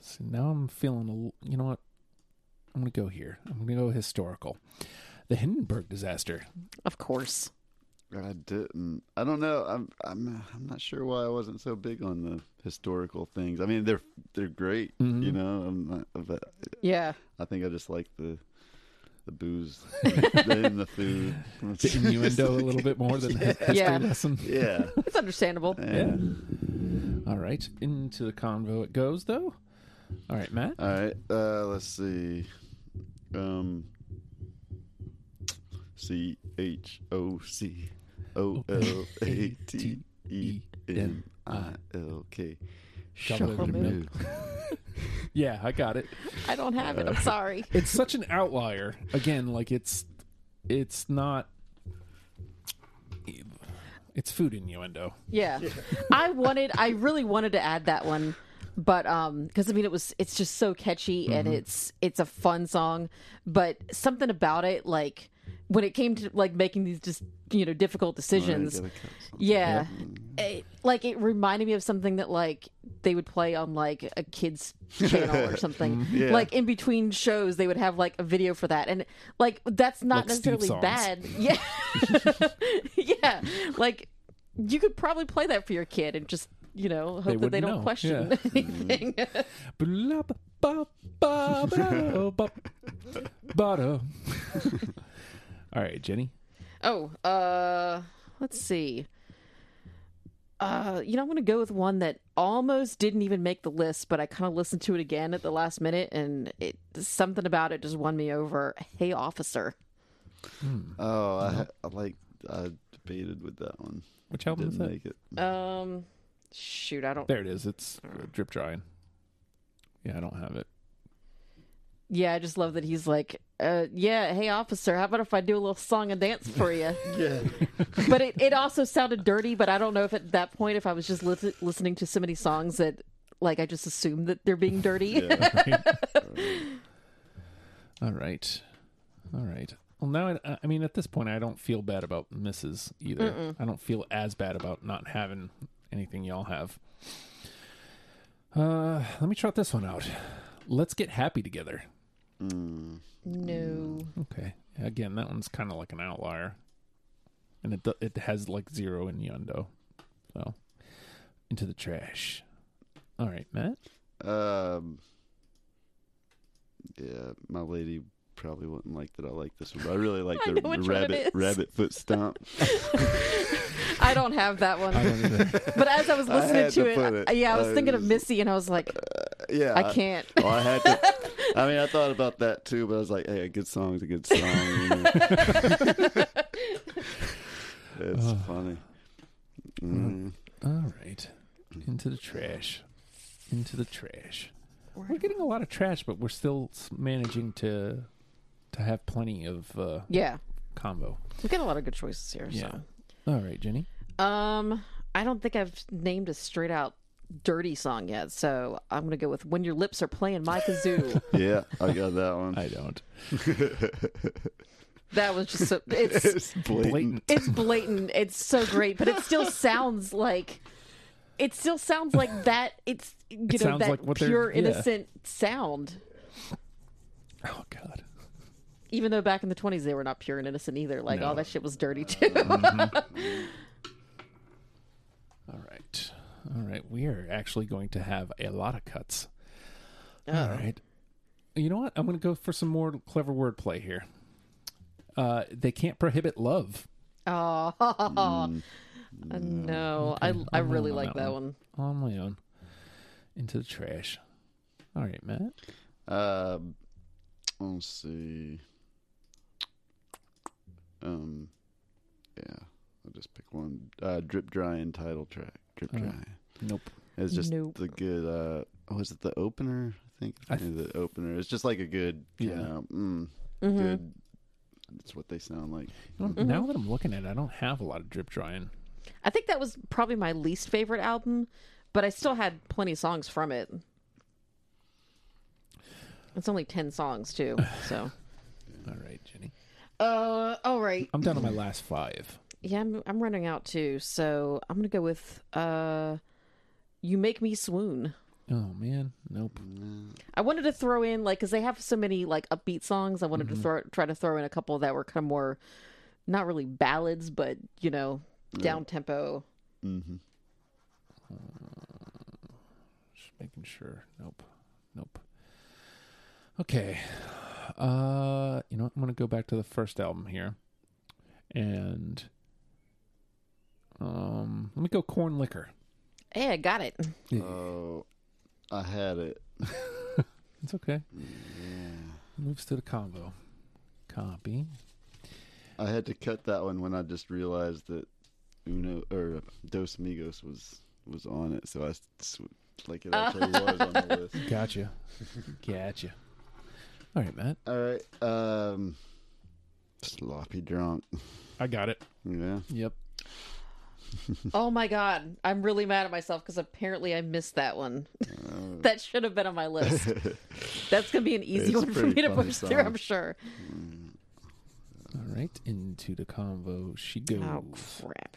Speaker 1: So now I'm feeling a. l- You know what? I'm gonna go here. I'm gonna go historical. The Hindenburg disaster.
Speaker 3: Of course.
Speaker 2: I didn't. I don't know. I'm I'm uh, I'm not sure why I wasn't so big on the historical things. I mean, they're they're great,
Speaker 1: Mm-hmm.
Speaker 2: you know. I'm not, but
Speaker 3: Yeah.
Speaker 2: I think I just like the the booze and the food.
Speaker 1: The innuendo a little bit more than the history
Speaker 3: Yeah.
Speaker 1: lesson.
Speaker 2: yeah.
Speaker 3: It's understandable.
Speaker 1: Yeah. All right, into the convo it goes though. All right, Matt.
Speaker 2: All right. Uh, let's see. Um. C H O C O L A T E N I L K.
Speaker 1: Chocolate
Speaker 2: Chocolatey.
Speaker 1: Yeah, I got it.
Speaker 3: I don't have it. I'm sorry.
Speaker 1: It's such an outlier. Again, like it's it's not. e, It's food innuendo.
Speaker 3: Yeah. I wanted I really wanted to add that one. But um cuz I mean it was it's just so catchy and it's it's a fun song, but something about it like when it came to like making these just you know difficult decisions.
Speaker 2: gotta cut some.
Speaker 3: yeah. It, like it reminded me of something that like they would play on like a kids channel or something.
Speaker 1: Mm-hmm.
Speaker 3: Like in between shows they would have like a video for that and like that's not
Speaker 1: Like Steve
Speaker 3: necessarily
Speaker 1: songs.
Speaker 3: bad. Yeah. yeah. Like you could probably play that for your kid and just you know hope that they
Speaker 1: wouldn't
Speaker 3: don't
Speaker 1: know,
Speaker 3: question
Speaker 1: yeah.
Speaker 3: anything
Speaker 1: Blah, ba, ba, ba, ba, ba, ba, da. All right, Jenny.
Speaker 3: oh uh let's see uh you know i'm gonna go with one that almost didn't even make the list but i kind of listened to it again at the last minute and it something about it just won me over hey officer
Speaker 2: Oh, I, I like. I debated with that one.
Speaker 1: Which album is
Speaker 2: Didn't
Speaker 1: that?
Speaker 2: make it.
Speaker 3: um shoot i don't
Speaker 1: There it is. It's uh, drip drying. Yeah, I don't have it.
Speaker 3: yeah i just love that he's like uh yeah hey officer how about if i do a little song and dance for you
Speaker 2: Yeah.
Speaker 3: but it, it also sounded dirty but i don't know if at that point if i was just lis- listening to so many songs that like i just assumed that they're being dirty
Speaker 1: All right, all right. Well, now I, I mean, at this point, I don't feel bad about misses either. I don't feel as bad about not having anything y'all have. Uh, let me trot this one out. Let's get happy together.
Speaker 2: Mm.
Speaker 3: no
Speaker 1: Okay. Again, that one's kind of like an outlier, and it do- it has like zero innuendo. So into the trash. All right, Matt.
Speaker 2: Um. Yeah, my lady probably wouldn't like that. I like this one, but I really like
Speaker 3: I
Speaker 2: the
Speaker 3: know which one it
Speaker 2: rabbit
Speaker 3: is.
Speaker 2: rabbit foot stomp.
Speaker 3: i don't have that one but as i was
Speaker 2: I
Speaker 3: listening
Speaker 2: had
Speaker 3: to,
Speaker 2: to put
Speaker 3: it,
Speaker 2: it.
Speaker 3: I- yeah i was
Speaker 2: I Uh,
Speaker 3: thinking of
Speaker 2: was-
Speaker 3: missy and i was like
Speaker 2: yeah,
Speaker 3: i can't
Speaker 2: Well, I had to. I mean, I thought about that too, but I was like, "Hey, a good song's a good song." you know. it's funny. Mm.
Speaker 1: All right, into the trash. Into the trash. We're getting a lot of trash, but we're still s- managing to to have plenty of uh,
Speaker 3: yeah
Speaker 1: combo.
Speaker 3: we got a lot of good choices here
Speaker 1: Yeah. All right, Jenny.
Speaker 3: so um i don't think i've named a straight out dirty song yet so i'm gonna go with when your lips are playing my kazoo
Speaker 2: Yeah, I got that one.
Speaker 1: I don't.
Speaker 3: that was just so it's
Speaker 2: it's blatant.
Speaker 1: Blatant.
Speaker 3: It's blatant. It's so great, but it still sounds like it still sounds like that. It's you know
Speaker 1: sounds
Speaker 3: that
Speaker 1: like what they're-
Speaker 3: pure
Speaker 1: yeah.
Speaker 3: innocent sound.
Speaker 1: Oh God.
Speaker 3: Even though back in the twenties they were not pure and innocent either. Like all
Speaker 1: No.
Speaker 3: that shit was dirty too.
Speaker 1: we are actually going to have a lot of cuts.
Speaker 3: Oh.
Speaker 1: All right. You know what? I'm going to go for some more clever wordplay here. Uh, they can't prohibit love.
Speaker 3: Oh,
Speaker 2: Mm.
Speaker 3: Uh, no. I, I
Speaker 1: I'm
Speaker 3: really
Speaker 1: on
Speaker 3: like
Speaker 1: that
Speaker 3: that
Speaker 1: one.
Speaker 3: one.
Speaker 1: on my own into the trash. All right, Matt.
Speaker 2: Um, let's see. Um, yeah, I'll just pick one. Uh, drip dry and title track. Drip
Speaker 1: Oh.
Speaker 2: dry.
Speaker 1: Nope.
Speaker 2: It's just
Speaker 3: Nope.
Speaker 2: the good. Uh, oh, is it the opener? I think
Speaker 1: I
Speaker 2: Maybe the opener. It's just like a good.
Speaker 1: Yeah.
Speaker 2: You know, mm,
Speaker 3: Mhm.
Speaker 2: Good. That's what they sound like.
Speaker 1: You know, Now that I'm looking at it, I don't have a lot of drip drying.
Speaker 3: I think that was probably my least favorite album, but I still had plenty of songs from it. It's only 10 songs, too. So.
Speaker 1: All right, Jenny.
Speaker 3: Uh, all right.
Speaker 1: I'm down to my last five.
Speaker 3: Yeah, I'm, I'm running out, too. So I'm going to go with uh, You Make Me Swoon.
Speaker 1: Oh man, nope.
Speaker 3: I wanted to throw in like because they have so many like upbeat songs. I wanted
Speaker 2: Mm-hmm.
Speaker 3: to throw try to throw in a couple that were kind of more, not really ballads, but you know, down tempo.
Speaker 2: Mm-hmm.
Speaker 1: Just making sure. Nope. Nope. Okay. Uh, you know, what? I'm gonna go back to the first album here, and um, let me go corn liquor.
Speaker 3: Hey, I got it.
Speaker 2: Oh, I had it.
Speaker 1: It's okay. Moves to the combo. Copy.
Speaker 2: I had to cut that one when I just realized that Uno or Dos Amigos was was on it. So I s- s- like it actually was on the list.
Speaker 1: Gotcha. gotcha. All right, Matt.
Speaker 2: All right, um, sloppy drunk.
Speaker 1: I got it.
Speaker 2: Yeah,
Speaker 1: Yep.
Speaker 3: oh my god, I'm really mad at myself because apparently I missed that one. that should have been on my list. That's gonna be an easy
Speaker 2: Oh. It's a
Speaker 3: one for
Speaker 2: pretty
Speaker 3: me to
Speaker 2: funny
Speaker 3: push
Speaker 2: song.
Speaker 3: through. I'm sure.
Speaker 1: All right, into the convo she goes. Hmm?
Speaker 3: Oh crap.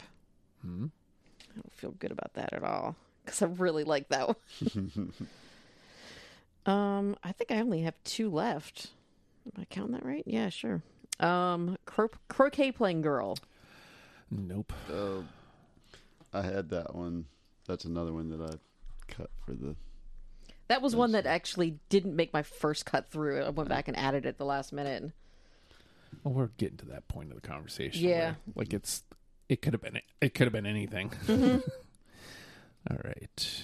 Speaker 3: I don't feel good about that at all because I really like that one. um, I think I only have two left. Am I counting that right? Yeah, sure. Um, cro- croquet playing girl.
Speaker 1: Nope.
Speaker 2: oh, I had that one. That's another one that I cut for the.
Speaker 3: That was one that actually didn't make my first cut through. I went back and added it at the last minute.
Speaker 1: Well, we're getting to that point of the conversation.
Speaker 3: Yeah.
Speaker 1: where, like it's it could have been it could have been anything.
Speaker 3: Mm-hmm.
Speaker 1: All right.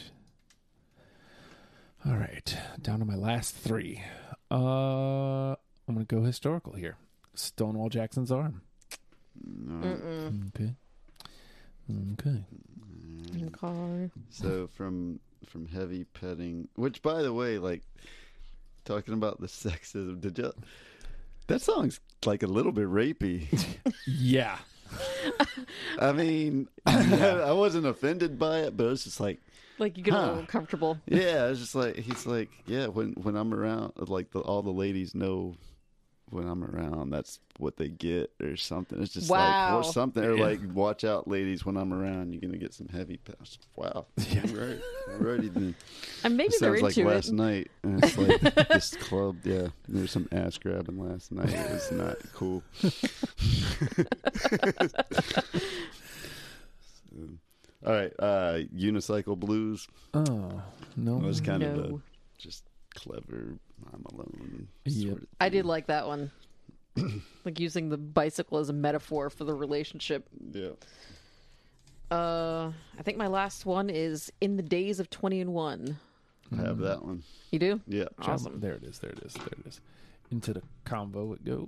Speaker 1: All right, down to my last three. Uh, I'm gonna go historical here. Stonewall Jackson's arm.
Speaker 3: Mm-mm.
Speaker 1: Okay. Okay.
Speaker 3: In the car.
Speaker 2: So from from heavy petting, which by the way, like talking about the sexism, did you? That song's like a little bit rapey.
Speaker 1: Yeah.
Speaker 2: I mean, I wasn't offended by it, but it's just like,
Speaker 3: Like you get a
Speaker 2: Huh.
Speaker 3: little uncomfortable.
Speaker 2: yeah, it's just like he's like, yeah, when when I'm around, like the, all the ladies know when I'm around, that's what they get or something. It's just
Speaker 3: Wow.
Speaker 2: like or something or like, watch out, ladies, when I'm around, you're gonna get some heavy pass. Wow, yeah. right, already then.
Speaker 3: And maybe they're
Speaker 2: Sounds like
Speaker 3: into
Speaker 2: last
Speaker 3: it.
Speaker 2: night. And it's like this club, yeah. There was some ass grabbing last night. It was not cool. So, all right, uh, unicycle blues
Speaker 1: Oh no.
Speaker 2: was kind of a
Speaker 3: No.
Speaker 2: just clever. I'm alone.
Speaker 1: Yep.
Speaker 2: Sort of
Speaker 3: I did like that one. like using the bicycle as a metaphor for the relationship.
Speaker 2: yeah.
Speaker 3: Uh, I think my last one is in the days of twenty and one.
Speaker 2: I have
Speaker 1: Mm-hmm.
Speaker 2: that one.
Speaker 3: You do?
Speaker 1: Um,
Speaker 2: Yeah,
Speaker 3: Awesome.
Speaker 1: There it is. There it is. There it is. Into the combo it goes.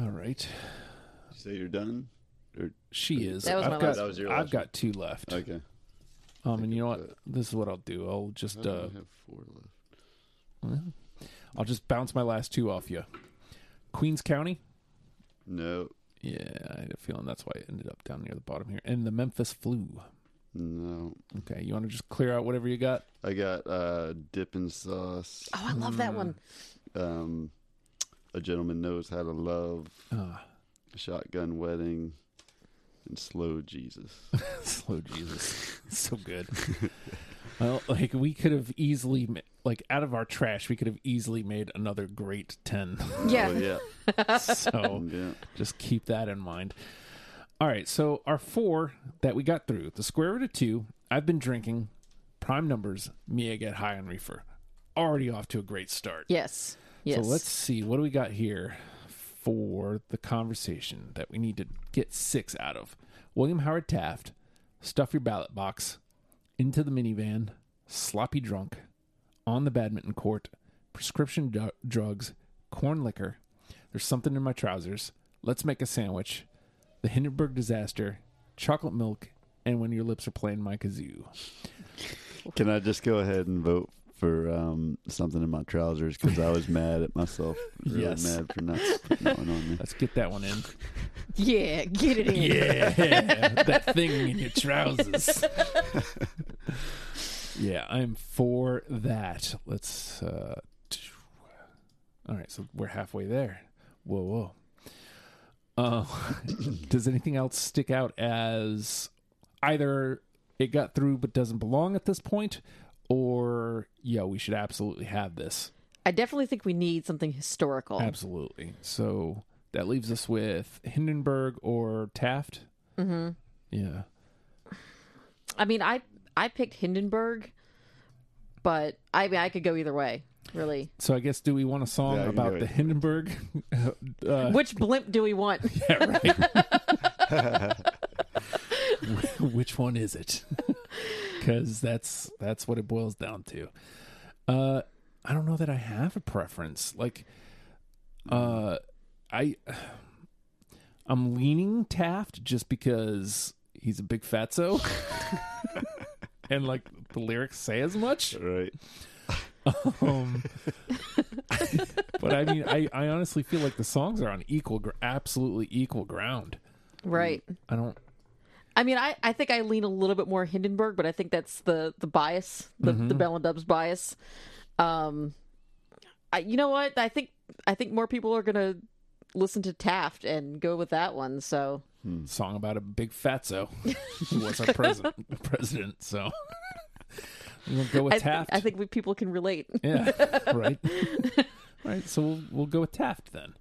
Speaker 1: All right.
Speaker 2: Did you say you're done. Or,
Speaker 1: She is.
Speaker 3: That was
Speaker 1: I've
Speaker 3: my
Speaker 1: got,
Speaker 3: last
Speaker 2: That was your
Speaker 1: I've
Speaker 2: last
Speaker 1: got two left.
Speaker 2: okay,
Speaker 1: Um, and you know what? This is what I'll do. I'll just
Speaker 2: I
Speaker 1: uh,
Speaker 2: have four left.
Speaker 1: I'll just bounce my last two off you. Queens County.
Speaker 2: No,
Speaker 1: Yeah, I had a feeling that's why it ended up down near the bottom here. And the Memphis Flu.
Speaker 2: no.
Speaker 1: Okay, you want to just clear out whatever you got?
Speaker 2: I got uh, dipping sauce.
Speaker 3: Oh, I love that one.
Speaker 2: um, a gentleman knows how to love,
Speaker 1: Ah,
Speaker 2: shotgun wedding, and slow Jesus.
Speaker 1: Slow Oh, Jesus. so good. well, like we could have easily ma- like out of our trash, we could have easily made another great 10.
Speaker 2: Hmm.
Speaker 3: Yeah.
Speaker 2: Oh yeah,
Speaker 1: so
Speaker 2: yeah.
Speaker 1: just keep that in mind. All right, so our four that we got through the square root of two. I've been drinking prime numbers. Mia get high on reefer. Already off to a great start.
Speaker 3: Yes. Yes.
Speaker 1: So let's see what do we got here for the conversation that we need to get six out of. William Howard Taft, stuff your ballot box into the minivan, sloppy drunk, on the badminton court, prescription du- drugs, corn liquor. There's something in my trousers. Let's make a sandwich. The Hindenburg disaster, chocolate milk, and when your lips are playing my kazoo.
Speaker 2: Can I just go ahead and vote for um, something in my trousers because I was mad at myself. Really
Speaker 1: Yes.
Speaker 2: mad for not putting that one on me.
Speaker 1: Let's get that one in.
Speaker 3: Yeah, get it in.
Speaker 1: Yeah, that thing in your trousers. yeah, I'm for that. Let's. Uh, t- all right, so we're halfway there. Whoa, whoa. Uh, does anything else stick out as either it got through but doesn't belong at this point, or yeah, we should absolutely have this.
Speaker 3: I definitely think we need something historical.
Speaker 1: Absolutely. So that leaves us with Hindenburg or Taft. Mm-hmm. Yeah.
Speaker 3: I mean, I I picked Hindenburg, but I mean, I could go either way, really.
Speaker 1: So I guess do we want a song
Speaker 2: Yeah, I can do
Speaker 1: about
Speaker 2: it.
Speaker 1: the Hindenburg? uh,
Speaker 3: Which blimp do we want?
Speaker 1: yeah, right. Which one is it? Because that's that's what it boils down to. Uh, I don't know that I have a preference. Like, uh, I I'm leaning Taft just because he's a big fatso, and like the lyrics say as much.
Speaker 2: Right.
Speaker 1: Um, but I mean, I, I honestly feel like the songs are on equal, gr- absolutely equal ground.
Speaker 3: Right.
Speaker 1: I don't.
Speaker 3: I mean, I, I think I lean a little bit more Hindenburg, but I think that's the the bias, the the Bell and Dubs bias. Um, I, you know what? I think I think more people are gonna listen to Taft and go with that one. So
Speaker 1: Song about a big fatso who was our president. president so we're gonna go with
Speaker 3: I, think
Speaker 1: Taft.
Speaker 3: I think we, people can relate.
Speaker 1: yeah, right. All right, so we'll, we'll go with Taft then.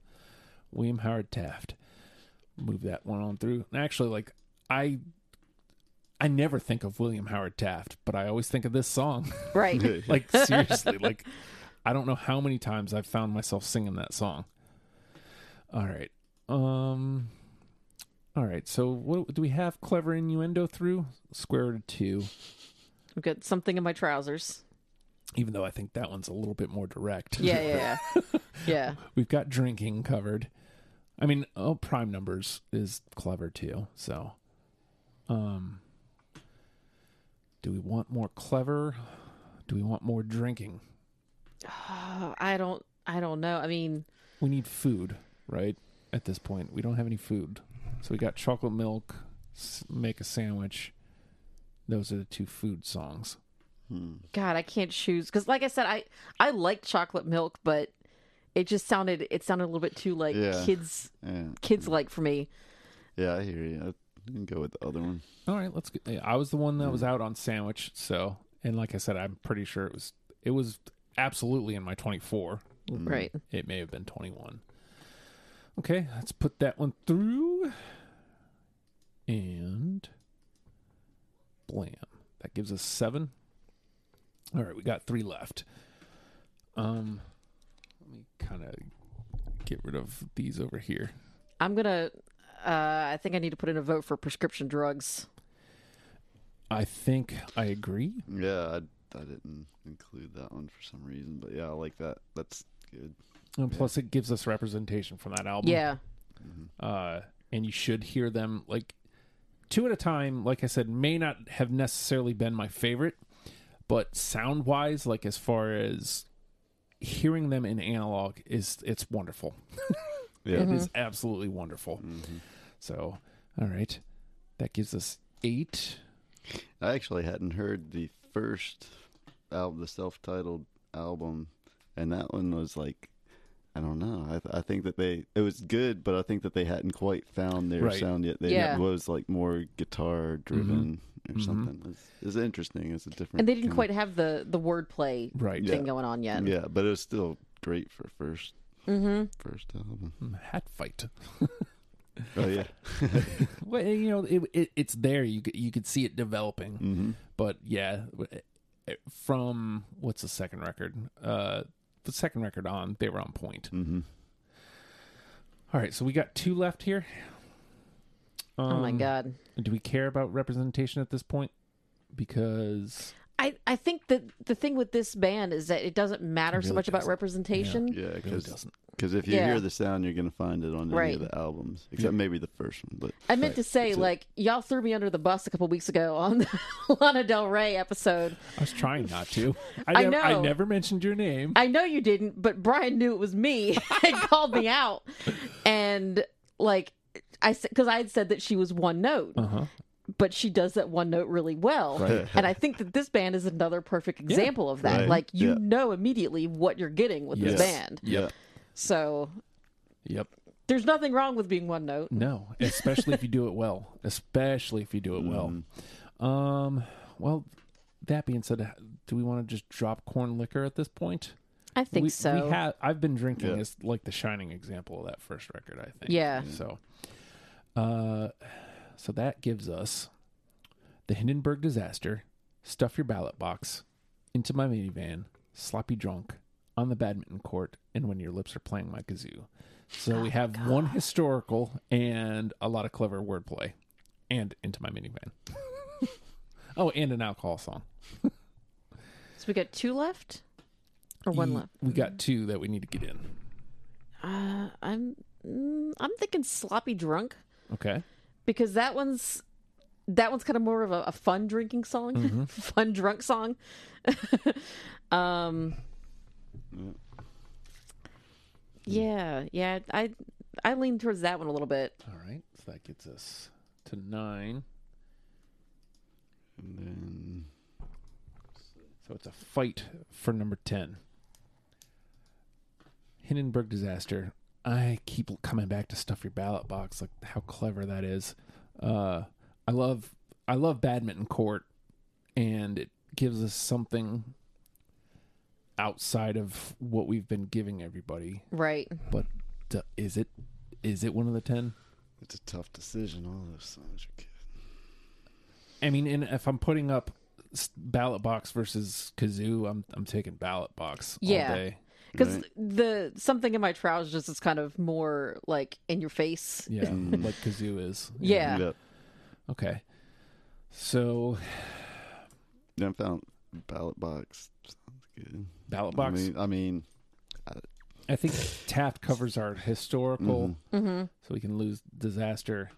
Speaker 1: William Howard Taft. Move that one on through. And actually, like I, I never think of William Howard Taft, but I always think of this song.
Speaker 3: Right.
Speaker 1: like seriously like i don't know how many times i've found myself singing that song all right um all right so what do we have clever innuendo through square root of two
Speaker 3: I've got something in my trousers.
Speaker 1: even though i think that one's a little bit more direct
Speaker 3: Yeah, yeah, yeah. yeah.
Speaker 1: we've got drinking covered i mean oh prime numbers is clever too so um do we want more clever do we want more drinking
Speaker 3: Oh, I don't. I don't know. I mean,
Speaker 1: we need food, right? At this point, we don't have any food, so we got chocolate milk, s- make a sandwich. Those are the two food songs.
Speaker 2: Hmm.
Speaker 3: God, I can't choose because, like I said, I I like chocolate milk, but it just sounded it sounded a little bit too like
Speaker 2: Yeah.
Speaker 3: kids
Speaker 2: Yeah.
Speaker 3: kids like for me.
Speaker 2: Yeah, I hear you. I can go with the other one.
Speaker 1: All right, let's get. yeah, I was the one that was out on sandwich, so and like I said, I'm pretty sure it was it was absolutely in my 24.
Speaker 2: Hmm.
Speaker 3: Right.
Speaker 1: It may have been 21. Okay, let's put that one through. And blam. That gives us seven. All right, we got three left. Um, let me kind of get rid of these over here.
Speaker 3: I'm gonna. Uh, I think I need to put in a vote for prescription drugs.
Speaker 1: I think I agree.
Speaker 2: Yeah, I, I didn't include that one for some reason, but yeah, I like that. That's good.
Speaker 1: And plus, it gives us representation from that album.
Speaker 3: Yeah.
Speaker 1: uh, and you should hear them like two at a time. Like I said, may not have necessarily been my favorite, but sound wise, like as far as hearing them in analog is it's wonderful.
Speaker 2: Yeah.
Speaker 3: Mm-hmm.
Speaker 1: It is absolutely wonderful. So, all right, that gives us eight.
Speaker 2: I actually hadn't heard the first album, the self-titled album, and that one was like, I don't know. I, th- I think that they it was good, but I think that they hadn't quite found their
Speaker 1: Right.
Speaker 2: sound yet. They
Speaker 3: Yeah.
Speaker 2: it was like more guitar driven
Speaker 1: Mm-hmm.
Speaker 2: or something. It's, it's interesting. It's a different.
Speaker 3: And they didn't
Speaker 2: kinda-
Speaker 3: quite have the the wordplay
Speaker 1: Right.
Speaker 3: thing
Speaker 2: Mm. Yeah.
Speaker 3: going on yet.
Speaker 2: Yeah, but it was still great for 1st
Speaker 3: Mm-hmm.
Speaker 2: first album.
Speaker 1: Hat fight.
Speaker 2: Oh yeah,
Speaker 1: well, you know, it, it, it's there. You could, you could see it developing.
Speaker 2: Mm-hmm.
Speaker 1: But yeah, w- it- from what's the second record? Uh, the second record on, they were on point.
Speaker 2: Mhm.
Speaker 1: All right, so we got two left here.
Speaker 3: oh my
Speaker 1: Um,
Speaker 3: god.
Speaker 1: Do we care about representation at this point? Because
Speaker 3: I, I think that the thing with this band is that it doesn't matter so
Speaker 1: really
Speaker 3: much about
Speaker 1: doesn't.
Speaker 3: representation.
Speaker 2: Yeah,
Speaker 1: it really
Speaker 2: because
Speaker 1: doesn't.
Speaker 2: if you
Speaker 3: Yeah.
Speaker 2: hear the sound, you're gonna find it on any
Speaker 3: Right.
Speaker 2: of the albums, except maybe the first one. But
Speaker 3: I meant to say, like, y'all threw me under the bus a couple weeks ago on the Lana Del Rey episode.
Speaker 1: I was trying not to. I,
Speaker 3: I
Speaker 1: nev- I
Speaker 3: know.
Speaker 1: never mentioned your name.
Speaker 3: I know you didn't, but Brian knew it was me and called me out. And, like, I said, because I had said that she was one note,
Speaker 1: Uh-huh.
Speaker 3: but she does that one note really well.
Speaker 1: Right.
Speaker 3: And I think that this band is another perfect example of that.
Speaker 2: Right.
Speaker 3: Like, you
Speaker 2: Yeah.
Speaker 3: know immediately what you're getting with
Speaker 1: Yes.
Speaker 3: this band.
Speaker 1: Yep.
Speaker 3: So
Speaker 1: Yep.
Speaker 3: there's nothing wrong with being one note.
Speaker 1: No, especially if you do it well. Especially if you do it well. Um. Well, that being said, do we want to just drop corn liquor at this point?
Speaker 3: I think
Speaker 1: we,
Speaker 3: so.
Speaker 1: We have. I've been drinking
Speaker 2: Yeah.
Speaker 1: as like the shining example of that first record. I think.
Speaker 3: Yeah.
Speaker 1: So, uh, so that gives us the Hindenburg disaster. Stuff your ballot box into my minivan. Sloppy drunk on the badminton court, and when your lips are playing my kazoo. So
Speaker 3: Oh
Speaker 1: we have one historical and a lot of clever wordplay, and into my minivan. oh, and an alcohol song.
Speaker 3: So we got two left or one
Speaker 1: Ye-
Speaker 3: left.
Speaker 1: E, We got two that we need to get in.
Speaker 3: Uh, I'm mm, I'm thinking sloppy drunk
Speaker 1: Okay.
Speaker 3: because that one's that one's kind of more of a, a fun drinking song,
Speaker 2: Mm-hmm.
Speaker 3: fun drunk song. um, yeah, yeah, I I lean towards that one a little bit.
Speaker 1: All right, so that gets us to nine.
Speaker 2: And then
Speaker 1: So it's a fight for number 10. Hindenburg disaster. I keep coming back to stuff your ballot box. Like how clever that is. Uh, I love I love badminton court, and it gives us something outside of what we've been giving everybody.
Speaker 3: Right.
Speaker 1: But d- is it is it one of the ten?
Speaker 2: it's a tough decision. All those songs are good.
Speaker 1: I mean, and if I'm putting up s- ballot box versus kazoo, I'm I'm taking ballot box all
Speaker 3: Yeah.
Speaker 1: day.
Speaker 3: Because
Speaker 2: Right.
Speaker 3: the something in my trousers is kind of more like in your face.
Speaker 1: Yeah, like kazoo is.
Speaker 3: Yeah.
Speaker 2: Yep.
Speaker 1: Okay. So
Speaker 2: Yeah, I found ballot box. Sounds good.
Speaker 1: ballot box.
Speaker 2: I
Speaker 1: I,
Speaker 2: mean, I mean
Speaker 1: think Taft covers our historical,
Speaker 3: Mm-hmm.
Speaker 1: so we can lose disaster.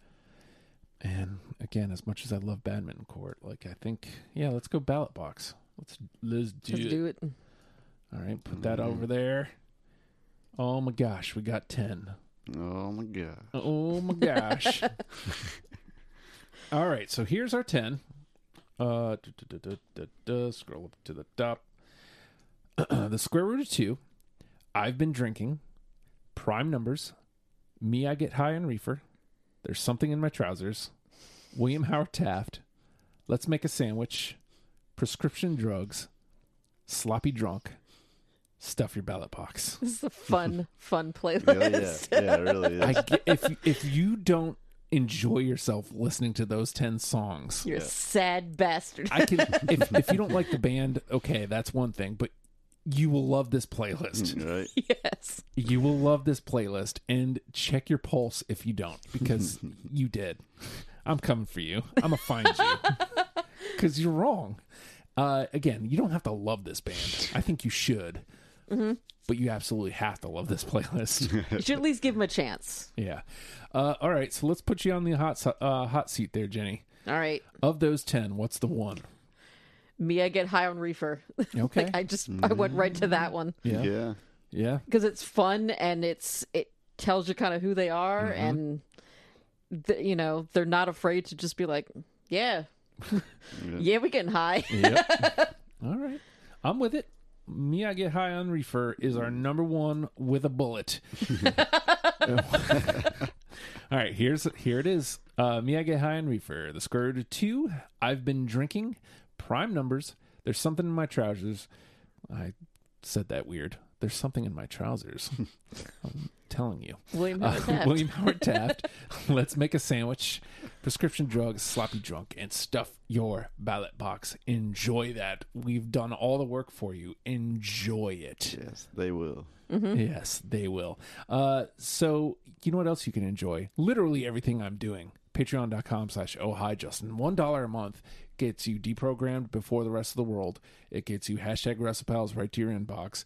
Speaker 1: And again, as much as I love badminton court, like I think, yeah, let's go ballot box. Let's let's do
Speaker 3: Let's
Speaker 1: it.
Speaker 3: do it.
Speaker 1: All right, put that over there. Oh my gosh, we got ten.
Speaker 2: oh my god.
Speaker 1: Oh my gosh. All right, so here's our 10. Uh, duh, duh, duh, duh, duh, duh, scroll up to the top. the square root of 2. I've been drinking. Prime numbers. Me, I get high on reefer. There's something in my trousers. William Howard Taft. Let's make a sandwich. Prescription drugs. Sloppy drunk. Stuff your ballot box.
Speaker 3: This is a fun, fun
Speaker 2: Yeah, yeah,
Speaker 3: playlist.
Speaker 2: yeah, it really. Is.
Speaker 1: I get- if if you don't enjoy yourself listening to those 10 songs
Speaker 3: You're a
Speaker 2: Yeah.
Speaker 3: sad bastard.
Speaker 1: i can if, if you don't like the band okay that's one thing but you will love this playlist
Speaker 2: right.
Speaker 3: yes.
Speaker 1: you will love this playlist and check your pulse if you don't because you did i'm coming for you i'm gonna find you because you're wrong uh, again you don't have to love this band i think you should but you absolutely have to love this playlist
Speaker 3: You should at least give him a chance.
Speaker 1: Yeah. Uh, all right. So let's put you on the hot se- uh, hot seat there, Jenny.
Speaker 3: All right.
Speaker 1: Of those ten, what's the one?
Speaker 3: Me, I get high on reefer.
Speaker 1: Okay. Mm-hmm.
Speaker 3: I just I went right to that one
Speaker 1: yeah. yeah.
Speaker 2: Yeah.
Speaker 3: because it's fun and it's it tells you kind of who they are
Speaker 1: Mm-hmm.
Speaker 3: and th- you know they're not afraid to just be like, yeah, yeah, we getting high.
Speaker 1: Yep. all right. I'm with it. Me, I get high on reefer is our number one with a bullet. all right. Here's here it is. Uh, Me, I get high on reefer. The square root of two. I've been drinking. Prime numbers. There's something in my trousers. I said that weird. there's something in my trousers. I'm telling you.
Speaker 3: William
Speaker 1: Uh,
Speaker 3: Howard Taft.
Speaker 1: William Howard Taft. Let's make a sandwich, prescription drugs, sloppy drunk, and stuff your ballot box. Enjoy that. We've done all the work for you. Enjoy it.
Speaker 2: Yes, they will.
Speaker 1: Yes, they will. Uh, so you know what else you can enjoy? Literally everything I'm doing. Patreon.com slash oh hi Justin. One dollar a month gets you deprogrammed before the rest of the world. It gets you hashtag recipes right to your inbox.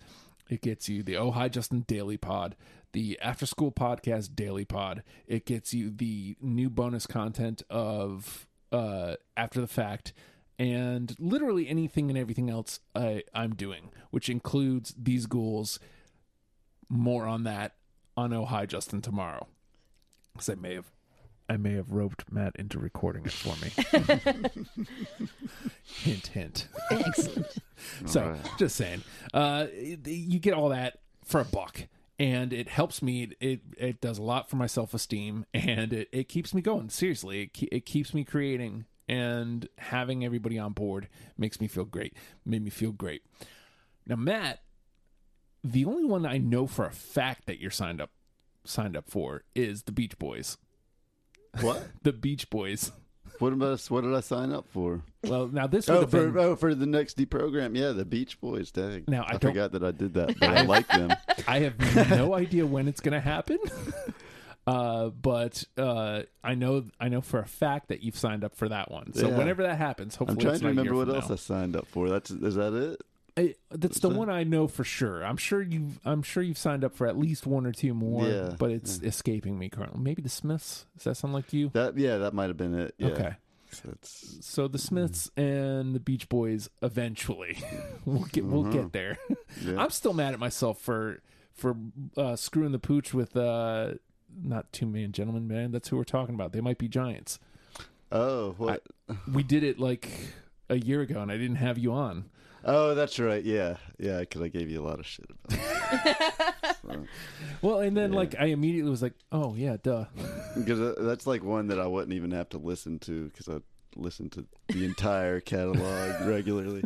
Speaker 1: It gets you the Oh Hi Justin Daily Pod, the After School Podcast Daily Pod. It gets you the new bonus content of uh, After the Fact and literally anything and everything else I, I'm doing, which includes these ghouls, more on that on Oh Hi Justin tomorrow. Because I may have I may have roped Matt into recording it for me. hint hint.
Speaker 3: Excellent.
Speaker 1: So
Speaker 2: Alright.
Speaker 1: just saying. Uh it- you get all that for a buck. And it helps me. It, it does a lot for my self esteem, and it, it keeps me going. Seriously, it, ke- it keeps me creating, and having everybody on board makes me feel great. Made me feel great. Now, Matt, the only one I know for a fact that you're signed up signed up for is the Beach Boys.
Speaker 2: What?
Speaker 1: The Beach Boys.
Speaker 2: What about us? What did I sign up for?
Speaker 1: Well, now this would
Speaker 2: Oh,
Speaker 1: have
Speaker 2: for
Speaker 1: been.
Speaker 2: oh for the next deprogram. Yeah, the Beach Boys. Dang.
Speaker 1: Now, I
Speaker 2: I,
Speaker 1: don't-
Speaker 2: forgot that I did that, but I like them.
Speaker 1: I have no idea when it's going to happen. Uh, but uh, I know I know for a fact that you've signed up for that one. So
Speaker 2: Yeah.
Speaker 1: whenever that happens, hopefully
Speaker 2: I'm trying
Speaker 1: it's
Speaker 2: to
Speaker 1: not a year
Speaker 2: remember what
Speaker 1: from
Speaker 2: else
Speaker 1: now.
Speaker 2: I signed up for. That's is that it?
Speaker 1: I, that's the
Speaker 2: that?
Speaker 1: one I know for sure. I'm sure you've I'm sure you've signed up for at least one or two more,
Speaker 2: Yeah.
Speaker 1: but it's escaping me currently. Maybe the Smiths. Does that sound like you?
Speaker 2: That yeah, that might have been it. Yeah.
Speaker 1: Okay.
Speaker 2: That's
Speaker 1: So the Smiths and the Beach Boys eventually we'll get we'll get there.
Speaker 2: Yeah.
Speaker 1: I'm still mad at myself for for uh, screwing the pooch with uh, not two million gentlemen man. That's who we're talking about. They might be giants.
Speaker 2: oh what?
Speaker 1: We did it like a year ago, and I didn't have you on.
Speaker 2: oh, that's right. Yeah, yeah. Because I gave you a lot of shit about. It.
Speaker 1: Well, and then like I immediately was like, oh yeah, duh.
Speaker 2: Because uh, that's like one that I wouldn't even have to listen to because I listen to the entire catalog regularly.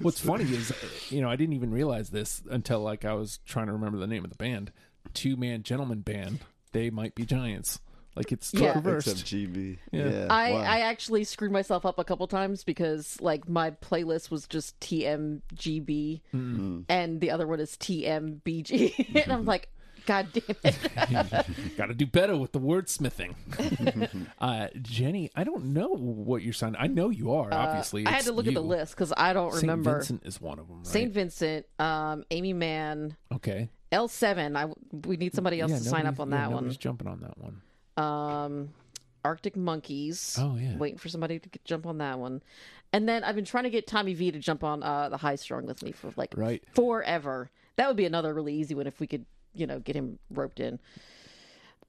Speaker 1: What's funny is, you know, I didn't even realize this until like I was trying to remember the name of the band, Two Man Gentleman Band. They might be giants. Like it's
Speaker 3: Yeah.
Speaker 1: reversed.
Speaker 2: Except GB.
Speaker 1: Yeah.
Speaker 2: Yeah.
Speaker 3: I,
Speaker 2: wow.
Speaker 3: I actually screwed myself up a couple times because like my playlist was just TMGB
Speaker 1: Mm-hmm.
Speaker 3: and the other one is TMBG and I'm like god damn it
Speaker 1: Got to do better with the wordsmithing. uh, Jenny, I don't know what you're signing. I know you are, obviously.
Speaker 3: Uh, I had
Speaker 1: It's
Speaker 3: to look at the
Speaker 1: you.
Speaker 3: list cuz I don't
Speaker 1: Saint
Speaker 3: remember
Speaker 1: Vincent is one of them. Right?
Speaker 3: St. Vincent um Amy Mann
Speaker 1: Okay.
Speaker 3: L7 I we need somebody else to sign up
Speaker 1: nobody-
Speaker 3: on
Speaker 1: yeah,
Speaker 3: that
Speaker 1: nobody's jumping on that one.
Speaker 3: one um Arctic Monkeys
Speaker 1: Oh, yeah.
Speaker 3: waiting for somebody to get, jump on that one and then I've been trying to get Tommy V to jump on uh the high strung with me for like
Speaker 1: Right.
Speaker 3: forever. That would be another really easy one if we could, you know, get him roped in.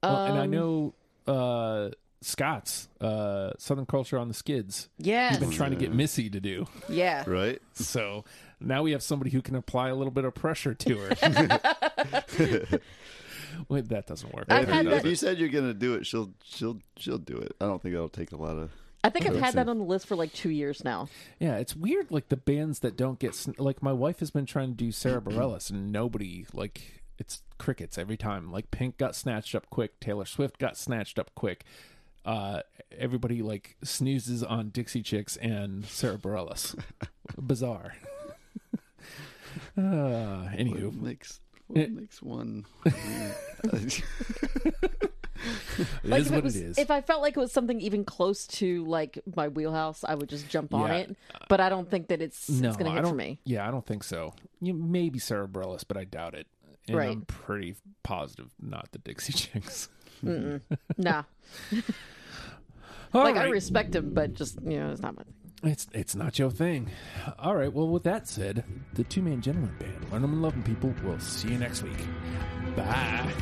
Speaker 1: Well,
Speaker 3: Um,
Speaker 1: and I know uh, Scott's uh, Southern Culture on the Skids.
Speaker 3: Yes.
Speaker 1: Been trying to get Missy to do.
Speaker 3: yeah.
Speaker 2: right.
Speaker 1: So now we have somebody who can apply a little bit of pressure to her. Wait, that doesn't work.
Speaker 3: I've
Speaker 2: If
Speaker 3: had
Speaker 2: you,
Speaker 3: that-
Speaker 2: if you said you're gonna do it, she'll she'll she'll do it. I don't think that'll take a lot of.
Speaker 3: I think I've had that on the list for like two years now.
Speaker 1: Yeah, it's weird. Like the bands that don't get sn- like my wife has been trying to do Sarah Bareilles, and nobody like it's crickets every time. Like Pink got snatched up quick, Taylor Swift got snatched up quick. Uh, everybody like snoozes on Dixie Chicks and Sarah Bareilles. Bizarre. uh, anywho,
Speaker 2: Makes what makes one.
Speaker 1: it is
Speaker 3: Like if
Speaker 1: what
Speaker 3: was,
Speaker 1: it is.
Speaker 3: If I felt like it was something even close to like my wheelhouse, I would just jump on
Speaker 1: Yeah.
Speaker 3: it. But I don't think that it's it's gonna
Speaker 1: I
Speaker 3: hit
Speaker 1: don't,
Speaker 3: for me.
Speaker 1: Yeah, I don't think so. You maybe Sarah Bareilles, but I doubt it. And
Speaker 3: Right.
Speaker 1: I'm pretty positive not the Dixie Chicks.
Speaker 3: Nah.
Speaker 1: All
Speaker 3: like I
Speaker 1: right.
Speaker 3: respect him, but just you know, it's not my thing.
Speaker 1: It's it's not your thing. All right. Well, with that said, the two man gentleman band, learn 'em and love 'em, people. We'll see you next week. Bye.